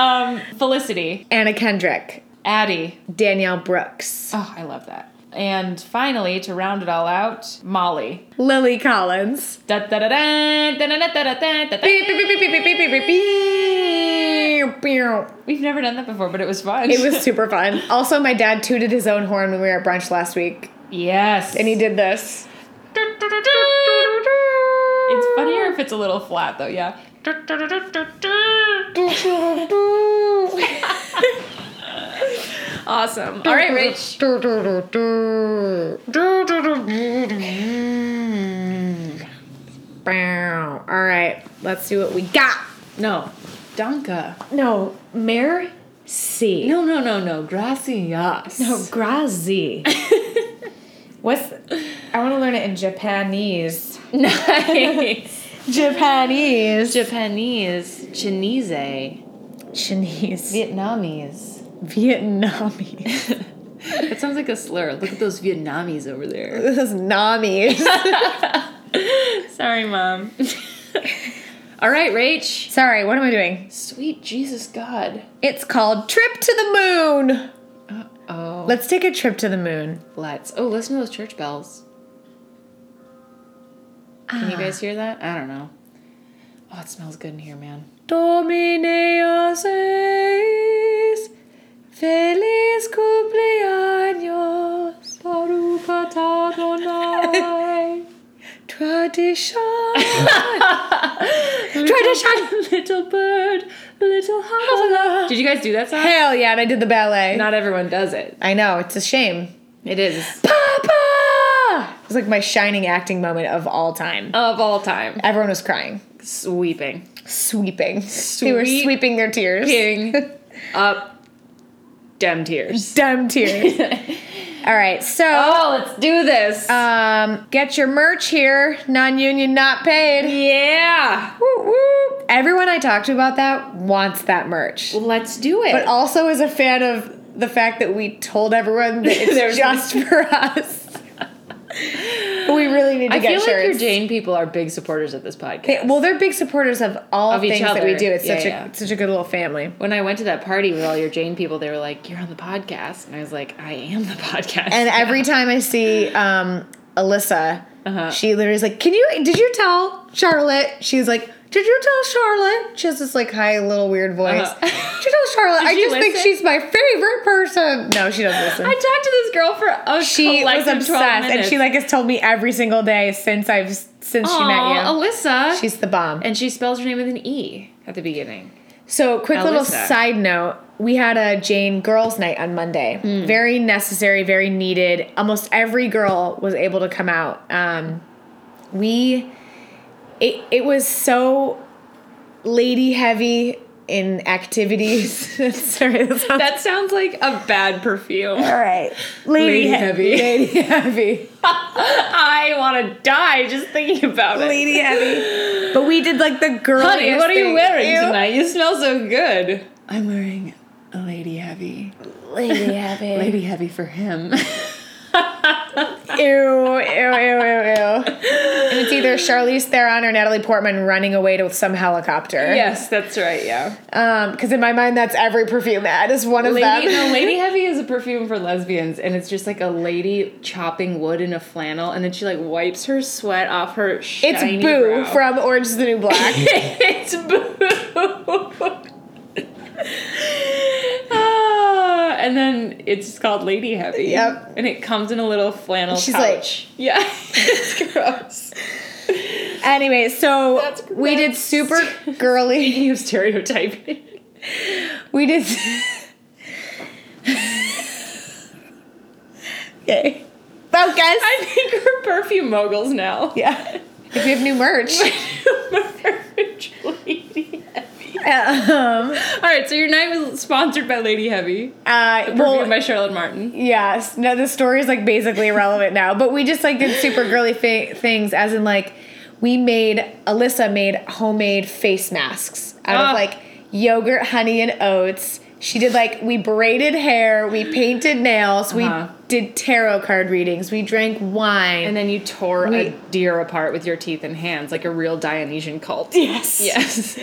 S1: [laughs] um, Felicity,
S3: Anna Kendrick,
S1: Addie.
S3: Danielle Brooks,
S1: Oh, I love that. And finally, to round it all out, Molly.
S3: Lily Collins.
S1: Da da da da da da da da da da.
S3: Beep, beep, beep, beep, beep, beep, beep, beep, beep. Pew, pew.
S2: We've never done that before, but it was fun.
S3: It was super fun. Also, my dad tooted his own horn when we were at brunch last week,
S2: [laughs] yes.
S3: and he did this.
S2: It's funnier if it's a little flat though. Yeah. Awesome. All right, Rich.
S3: All right, let's see what we got.
S1: No. Danka.
S3: No, Mare C.
S1: No, no, no, no. Gracias. [laughs]
S3: No, [laughs] Grazi. What's. I want to learn it in Japanese.
S1: Nice.
S3: [laughs] Japanese.
S1: [laughs] Japanese, Chinese,
S3: Chinese.
S1: Vietnamese.
S3: Vietnamese.
S1: That sounds like a slur. Look at those Vietnamese over there.
S3: [laughs] This is Namis.
S2: [laughs] Sorry, mom.
S1: [laughs] All right, Rach.
S3: Sorry, what am I doing?
S1: Sweet Jesus God.
S3: It's called Trip to the Moon.
S1: Oh,
S3: Let's take a trip to the moon.
S1: lights. Oh, listen to those church bells. Can you guys hear that? I don't know. Oh, it smells good in here, man. Domine oseis, feliz cumpleaños, parupa [laughs] tadonai, [laughs] tradition.
S3: Tradition.
S1: little bird, little holla. Did you guys do that song?
S3: Hell yeah, and I did the ballet.
S1: Not everyone does it.
S3: I know, it's a shame.
S1: It is
S3: Papa! It was like my shining acting moment of all time.
S1: of all time
S3: Everyone was crying,
S1: sweeping,
S3: sweeping. They were
S1: Sweep-
S3: sweeping their tears.
S1: [laughs] up dem
S3: [laughs]
S1: tears. [laughs]
S3: Dumb tears. all right, so.
S1: Oh, let's do this.
S3: Um, get your merch here. Non-union, not paid.
S1: yeah,
S3: Whoop, whoop. Everyone I talked to about that wants that merch,
S1: let's do it.
S3: but also is a fan of the fact that we told
S1: [laughs]
S3: everyone that
S1: There's-
S3: it's just for us. but we really need to
S1: I
S3: get
S1: feel like
S3: shirts.
S1: your Jane people are big supporters of this podcast.
S3: They- well, they're big supporters of all
S1: Of each
S3: things that we
S1: other.
S3: do. It's
S1: Yeah,
S3: such
S1: yeah.
S3: a such a good little family.
S1: When I went to that party with all your Jane people, they were like, "You're on the podcast," and I was like, "I am the podcast."
S3: And every time I see um, Alyssa,
S1: Uh-huh.
S3: she literally is like, "Can you? Did you tell Charlotte?" She's like, "Did you tell Charlotte?" She has this like high little weird voice.
S1: [laughs] Uh-huh.
S3: Did you tell Charlotte? I
S1: she
S3: just think
S1: listen?
S3: she's my favorite person. No, she doesn't listen.
S1: [laughs] I talked to this girl for a
S3: she was
S1: collective 12
S3: obsessed, and
S1: minutes.
S3: she like has told me every single day since I've since she met
S1: Aw,
S3: you.
S1: Alyssa.
S3: She's the bomb.
S1: and she spells her name with an E at the beginning.
S3: So, quick little
S1: Alyssa.
S3: side note. We had a Jane girls' night on Monday. Very necessary, very needed. Almost every girl was able to come out. Um, we, it, it was so lady heavy in activities. [laughs] Sorry, that sounds
S1: That sounds like a bad perfume.
S3: all right.
S1: Lady
S3: Lady, heavy.
S1: heavy.
S3: [laughs] Lady heavy.
S1: I want to die just thinking about it.
S3: lady heavy. But we did like the girl.
S1: Honey, what are you wearing
S3: you?
S1: tonight? You smell so good. I'm wearing a lady heavy.
S3: Lady heavy.
S1: Lady heavy for him.
S3: Ew, ew, ew, ew, ew. And it's either Charlize Theron or Natalie Portman running away to some helicopter.
S1: [laughs] yes, that's right. Yeah.
S3: Um, because in my mind, that's every perfume ad is one of
S1: Lady,
S3: them.
S1: [laughs] no, lady heavy is a perfume for lesbians, and it's just like a lady chopping wood in a flannel, and then she like wipes her sweat off her. Shiny
S3: It's Boo
S1: brow.
S3: from Orange is the
S1: [laughs]
S3: New Black.
S1: it's boo. Ah, [laughs] and then it's just called Lady Heavy.
S3: Yep.
S1: And it comes in a little flannel
S3: She's
S1: pouch. yeah, [laughs] it's gross.
S3: anyway, so
S1: That's
S3: we did
S1: gross.
S3: super girly.
S1: Speaking of stereotyping,
S3: We did. [laughs] okay. Focus.
S1: I think we're perfume moguls now.
S3: yeah. If you have new merch.
S1: [laughs] Merch Lady Heavy.
S3: um,
S1: [laughs] All right, so your night was sponsored by Lady Heavy,
S3: uh,
S1: perfume
S3: well,
S1: by Charlotte Martin.
S3: Yes. No, the story is like basically irrelevant now, but we just like did super girly fa- things, as in like we made Alyssa made homemade face masks out
S1: Ah.
S3: of like yogurt, honey, and oats. She did like we braided hair, we painted nails,
S1: Uh-huh.
S3: we did tarot card readings, we drank wine.
S1: And then you tore a
S3: We-
S1: deer apart with your teeth and hands, like a real Dionysian cult.
S3: yes,
S1: [laughs] Yes.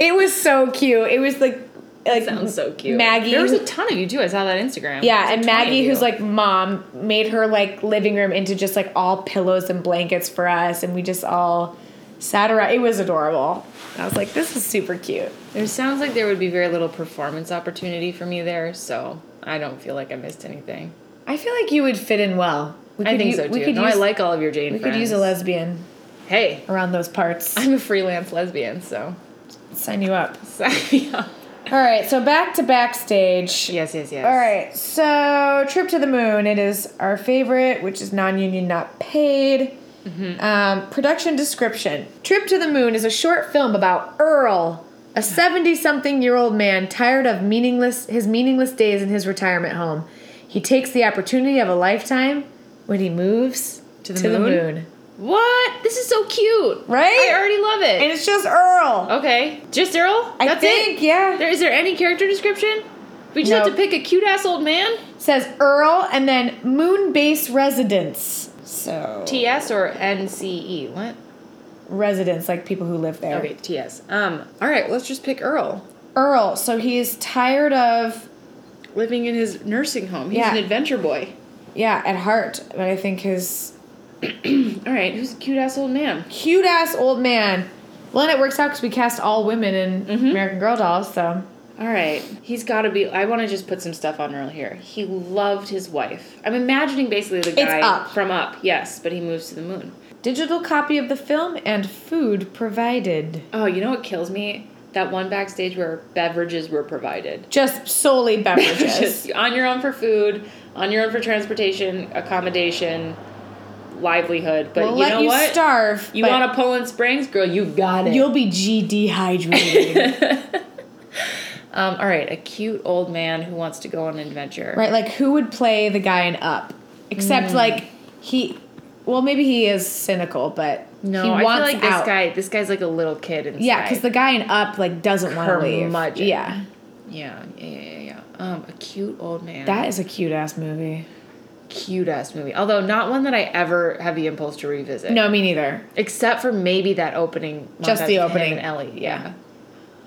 S3: it was so cute. It was like like
S1: Sounds so cute.
S3: Maggie-
S1: There was a ton of you too. I saw that Instagram.
S3: Yeah,
S1: There's a
S3: and
S1: ton of
S3: Maggie,
S1: you.
S3: who's like mom, made her like living room into just like all pillows and blankets for us, and we just all sat around. It was adorable. I was like, this is super cute.
S1: There sounds like there would be very little performance opportunity for me there, so I don't feel like I missed anything.
S3: I feel like you would fit in well. We
S1: I
S3: could
S1: think
S3: u-
S1: so too.
S3: We could
S1: no,
S3: use,
S1: I like all of your Jane
S3: we could use a
S1: friends.
S3: lesbian
S1: Hey,
S3: around those parts.
S1: I'm a freelance lesbian, so
S3: [laughs]
S1: [laughs]
S3: Sign you up.
S1: sign me up.
S3: All right, so back to backstage.
S1: Yes, yes, yes.
S3: All right, so trip to the moon. It is our favorite, which is non-union, not paid.
S1: Mm-hmm.
S3: Um, production description: Trip to the Moon is a short film about Earl, a seventy-something-year-old man tired of meaningless his meaningless days in his retirement home. He takes the opportunity of a lifetime when he moves to
S1: the moon? What? This is so cute.
S3: Right?
S1: I already love
S3: and
S1: it.
S3: it's just Earl.
S1: Okay. Just Earl?
S3: I
S1: Oh, That's
S3: think,
S1: it?
S3: yeah.
S1: There, is there any character description? We just have
S3: No.
S1: to pick a cute ass old man?
S3: Says Earl, and then moon base residents. So
S1: TS or NCE? What?
S3: residents, like people who live there.
S1: Okay, TS. Um, all right, let's just pick Earl.
S3: Earl, so he is tired of
S1: Living in his nursing home. He's
S3: Yeah.
S1: an adventure boy.
S3: yeah, at heart, but I think his
S1: All right, who's a cute ass old man?
S3: cute ass old man. Well, and it works out because we cast all women in
S1: Mm-hmm.
S3: American Girl dolls, so
S1: All right, he's got to be. I want to just put some stuff on Earl here. He loved his wife. I'm imagining basically the guy
S3: Up.
S1: from Up. Yes, but he moves to the moon.
S3: digital copy of the film and food provided,
S1: Oh, you know what kills me? That one backstage where beverages were provided. [laughs]
S3: just solely beverages.
S1: Just on your own for food, on your own for transportation, accommodation, livelihood. But
S3: we'll
S1: you
S3: let
S1: know
S3: you
S1: what?
S3: starve.
S1: you
S3: but
S1: want a Poland Springs, girl? You got it.
S3: You'll be GD hydrated,
S1: um, all right, a cute old man who wants to go on an adventure.
S3: [laughs] right? Like who would play the guy in Up?
S1: Mm.
S3: Except like he, well maybe he is cynical, but
S1: No,
S3: he
S1: I feel
S3: wants
S1: like this
S3: out.
S1: guy. This guy's like a little kid inside.
S3: Yeah, because the guy in Up like doesn't want to leave.
S1: Curmudgeon.
S3: Yeah,
S1: yeah, yeah, yeah, yeah, yeah. Um, a cute old man.
S3: that is a cute ass movie.
S1: cute ass movie. Although not one that I ever have the impulse to revisit.
S3: No, me neither.
S1: except for maybe that opening. one
S3: Just
S1: that's
S3: the
S1: him
S3: opening.
S1: and Ellie. Yeah,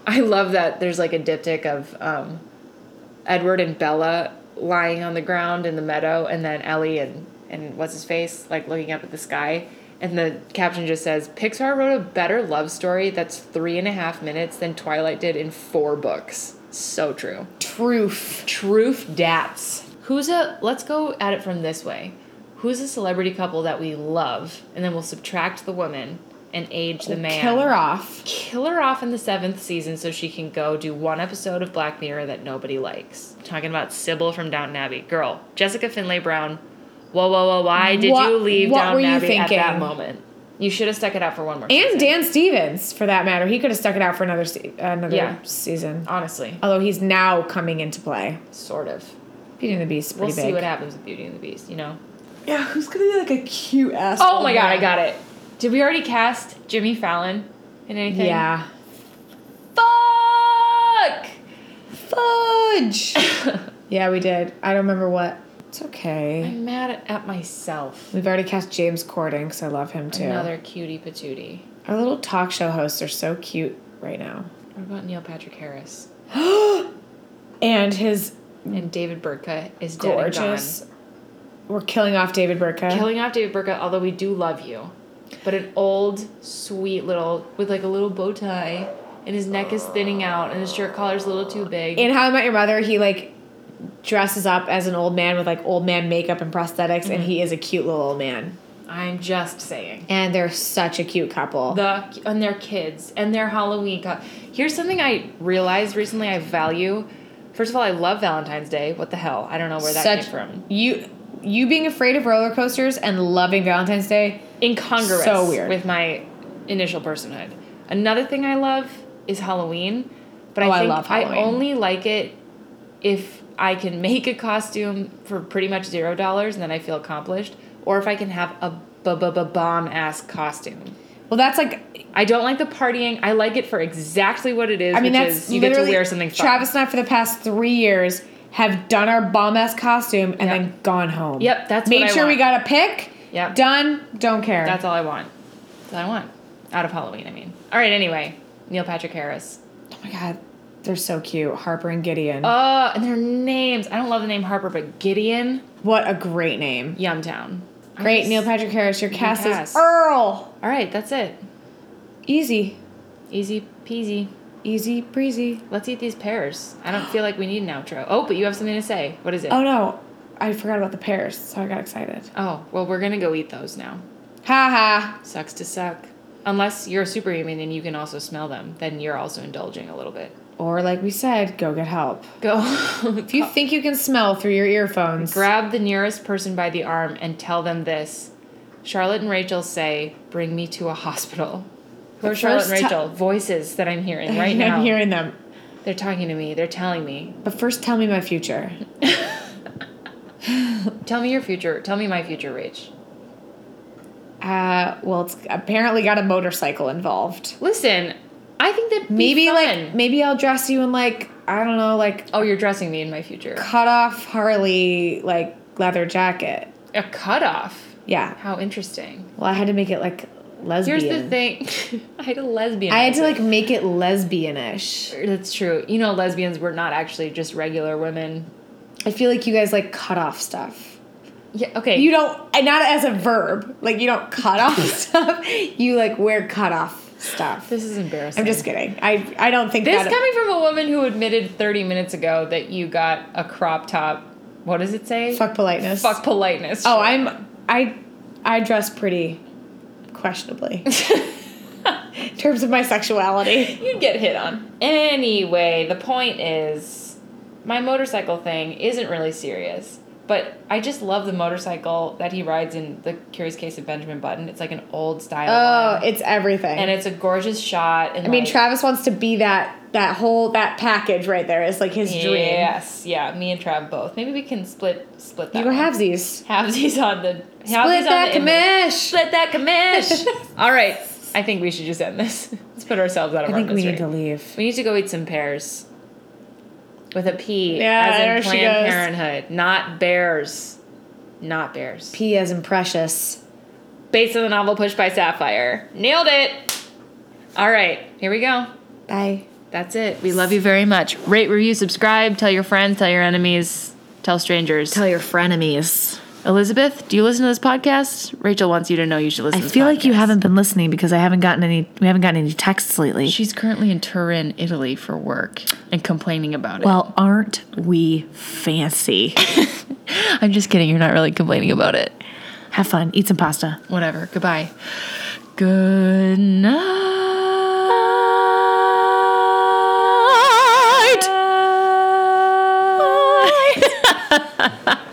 S1: I love that. There's like a diptych of um, Edward and Bella lying on the ground in the meadow, and then Ellie and and what's his face like looking up at the sky. And the caption just says, "Pixar wrote a better love story that's three and a half minutes than Twilight did in four books." So true.
S3: Truth.
S1: Truth dats. Who's a let's go at it from this way. Who's a celebrity couple that we love and then we'll subtract the woman and age the man.
S3: Kill her off.
S1: Kill her off in the seventh season so she can go do one episode of Black Mirror that nobody likes. talking about Sybil from Downton Abbey. Girl, Jessica Finlay Brown. Whoa, whoa, whoa, why did
S3: What-
S1: you leave
S3: what were
S1: Downton
S3: you
S1: Abbey at that
S3: thinking?
S1: moment? You should have stuck it out for one more season.
S3: And Dan Stevens, for that matter. He could have stuck it out for another se- another
S1: Yeah.
S3: season.
S1: Honestly,
S3: Although he's now coming into play.
S1: sort of.
S3: Beauty and the Beast,
S1: We'll
S3: pretty
S1: see
S3: big.
S1: what happens with Beauty and the Beast, you know?
S3: yeah, who's gonna be like a cute ass?
S1: Oh my god, I got it. Did we already cast Jimmy Fallon in anything?
S3: Yeah. [laughs]
S1: Fuck!
S3: Fudge. [laughs] yeah, we did. I don't remember what. It's okay.
S1: I'm mad at myself.
S3: We've already cast James Corden because I love him too.
S1: Another cutie patootie.
S3: Our little talk show hosts are so cute right now.
S1: What about Neil Patrick Harris?
S3: And his
S1: And David Burka is dead and
S3: gorgeous. We're killing off David Burka.
S1: gone. Killing off David Burka, although we do love you. But an old, sweet little, with like a little bow tie, and his neck is thinning out, and his shirt collar's a little too big.
S3: in How I Met Your Mother, he like dresses up as an old man with like old man makeup and prosthetics, and he is a cute little old man.
S1: I'm just saying.
S3: And they're such a cute couple.
S1: the and their kids and their Halloween. Co- Here's something I realized recently. I value. First of all, I love Valentine's Day. What the hell? I don't know where that
S3: such
S1: came from.
S3: you you being afraid of roller coasters and loving Valentine's Day.
S1: Incongruous.
S3: So weird.
S1: with my initial personhood. Another thing I love is Halloween, but
S3: Oh, I
S1: I think I,
S3: love Halloween.
S1: only like it if I can [laughs] make a costume for pretty much zero dollars and then I feel accomplished, or if I can have a bomb ass costume.
S3: Well, that's like
S1: I don't like the partying. I like it for exactly what it is.
S3: I mean
S1: which
S3: that's
S1: is you get
S3: literally
S1: to wear something. Fun.
S3: Travis and I for the past three years have done our bomb ass costume and
S1: Yeah.
S3: then gone home.
S1: Yep, that's
S3: made
S1: what I
S3: sure we
S1: want.
S3: got a pick.
S1: Yep.
S3: done. Don't care.
S1: That's all I want. That's all I want. Out of Halloween, I mean. All right. Anyway, Neil Patrick Harris.
S3: oh my god, they're so cute. Harper and Gideon.
S1: Oh, and their names. I don't love the name Harper, but Gideon
S3: what a great name.
S1: Yumtown. I
S3: Great,
S1: just-
S3: Neil Patrick Harris. Your cast
S1: cast.
S3: is Earl.
S1: All right, that's it.
S3: Easy.
S1: Easy peasy.
S3: Easy breezy.
S1: Let's eat these pears. I don't feel like we need an outro. Oh, but you have something to say. What is it?
S3: Oh no, I forgot about the pears, so I got excited.
S1: Oh, well, we're gonna go eat those now.
S3: Ha ha.
S1: Sucks to suck. Unless you're a superhuman and you can also smell them, then you're also indulging a little bit.
S3: Or like we said, go get help.
S1: Go. [laughs]
S3: If
S1: Oh.
S3: you think you can smell through your earphones, [laughs]
S1: grab the nearest person by the arm and tell them this. Charlotte and Rachel say, "Bring me to a hospital." Who
S3: The
S1: are Charlotte and
S3: first ti-
S1: Rachel? Voices that I'm
S3: [laughs]
S1: hearing right now.
S3: I'm hearing them.
S1: They're talking to me. They're telling me.
S3: But first, tell me my future.
S1: Tell me your future. Tell me my future, Rach.
S3: Uh, well, it's apparently got a motorcycle involved.
S1: Listen, I think that
S3: Maybe like maybe I'll dress you in like I don't know like
S1: oh, you're dressing me in my future.
S3: cut off Harley like leather jacket.
S1: A cutoff.
S3: Yeah.
S1: How interesting.
S3: Well, I had to make it like lesbian.
S1: Here's the thing. [laughs] I had a lesbian.
S3: I had to like make it lesbianish.
S1: That's true. You know, lesbians were not actually just regular women.
S3: I feel like you guys like cut off stuff.
S1: Yeah. Okay.
S3: You don't, and not as a verb. Like you don't
S1: [laughs]
S3: cut off stuff. You like wear cut off stuff.
S1: this is embarrassing.
S3: I'm just kidding. I I don't think
S1: This
S3: that.
S1: coming from a woman who admitted 30 minutes ago that you got a crop top. What does it say?
S3: fuck politeness.
S1: Fuck politeness.
S3: Oh, I'm I I dress pretty
S1: [laughs]
S3: questionably in terms of my sexuality.
S1: You'd get hit on. Anyway, the point is my motorcycle thing isn't really serious, but I just love the motorcycle that he rides in The Curious Case of Benjamin Button. It's like an old style
S3: Oh,
S1: one,
S3: it's everything.
S1: and it's a gorgeous shot. And
S3: I mean,
S1: like,
S3: Travis wants to be that that whole that package right there is like his dream.
S1: Yes, yeah, me and Trav both. Maybe we can split split that.
S3: You go
S1: one.
S3: halvesies.
S1: halvesies on the
S3: Split that commish.
S1: Split that
S3: [laughs]
S1: commish. All right, I think we should just end this. Let's put ourselves out of
S3: I
S1: our
S3: think we
S1: misery.
S3: need to leave.
S1: We need to go eat some pears. With a P.
S3: Yeah,
S1: as in
S3: there she
S1: Planned
S3: goes.
S1: Parenthood. Not bears. Not bears.
S3: P as in precious.
S1: Based on the novel Push by Sapphire. Nailed it! All right, here we go.
S3: Bye.
S1: That's it. We love you very much. Rate, review, subscribe, tell your friends, tell your enemies, tell strangers.
S3: Tell your frenemies.
S1: Elizabeth, do you listen to this podcast? Rachel wants you to know you should listen
S4: I
S1: to this
S4: feel like you
S1: podcast.
S4: haven't been listening because I haven't gotten any. We haven't gotten any texts lately.
S2: She's currently in Turin, Italy for work and complaining about it.
S4: Well, aren't we fancy? I'm just kidding. You're not really complaining about it. Have fun. Eat some pasta.
S2: Whatever. Goodbye.
S4: Good night.
S3: [laughs]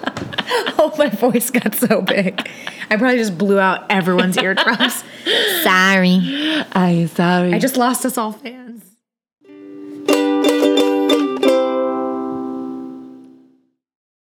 S3: Oh, my voice got so big. I probably just
S1: [laughs]
S3: blew out everyone's
S2: [laughs]
S3: eardrums.
S4: sorry. I'm sorry.
S3: I just lost us all fans.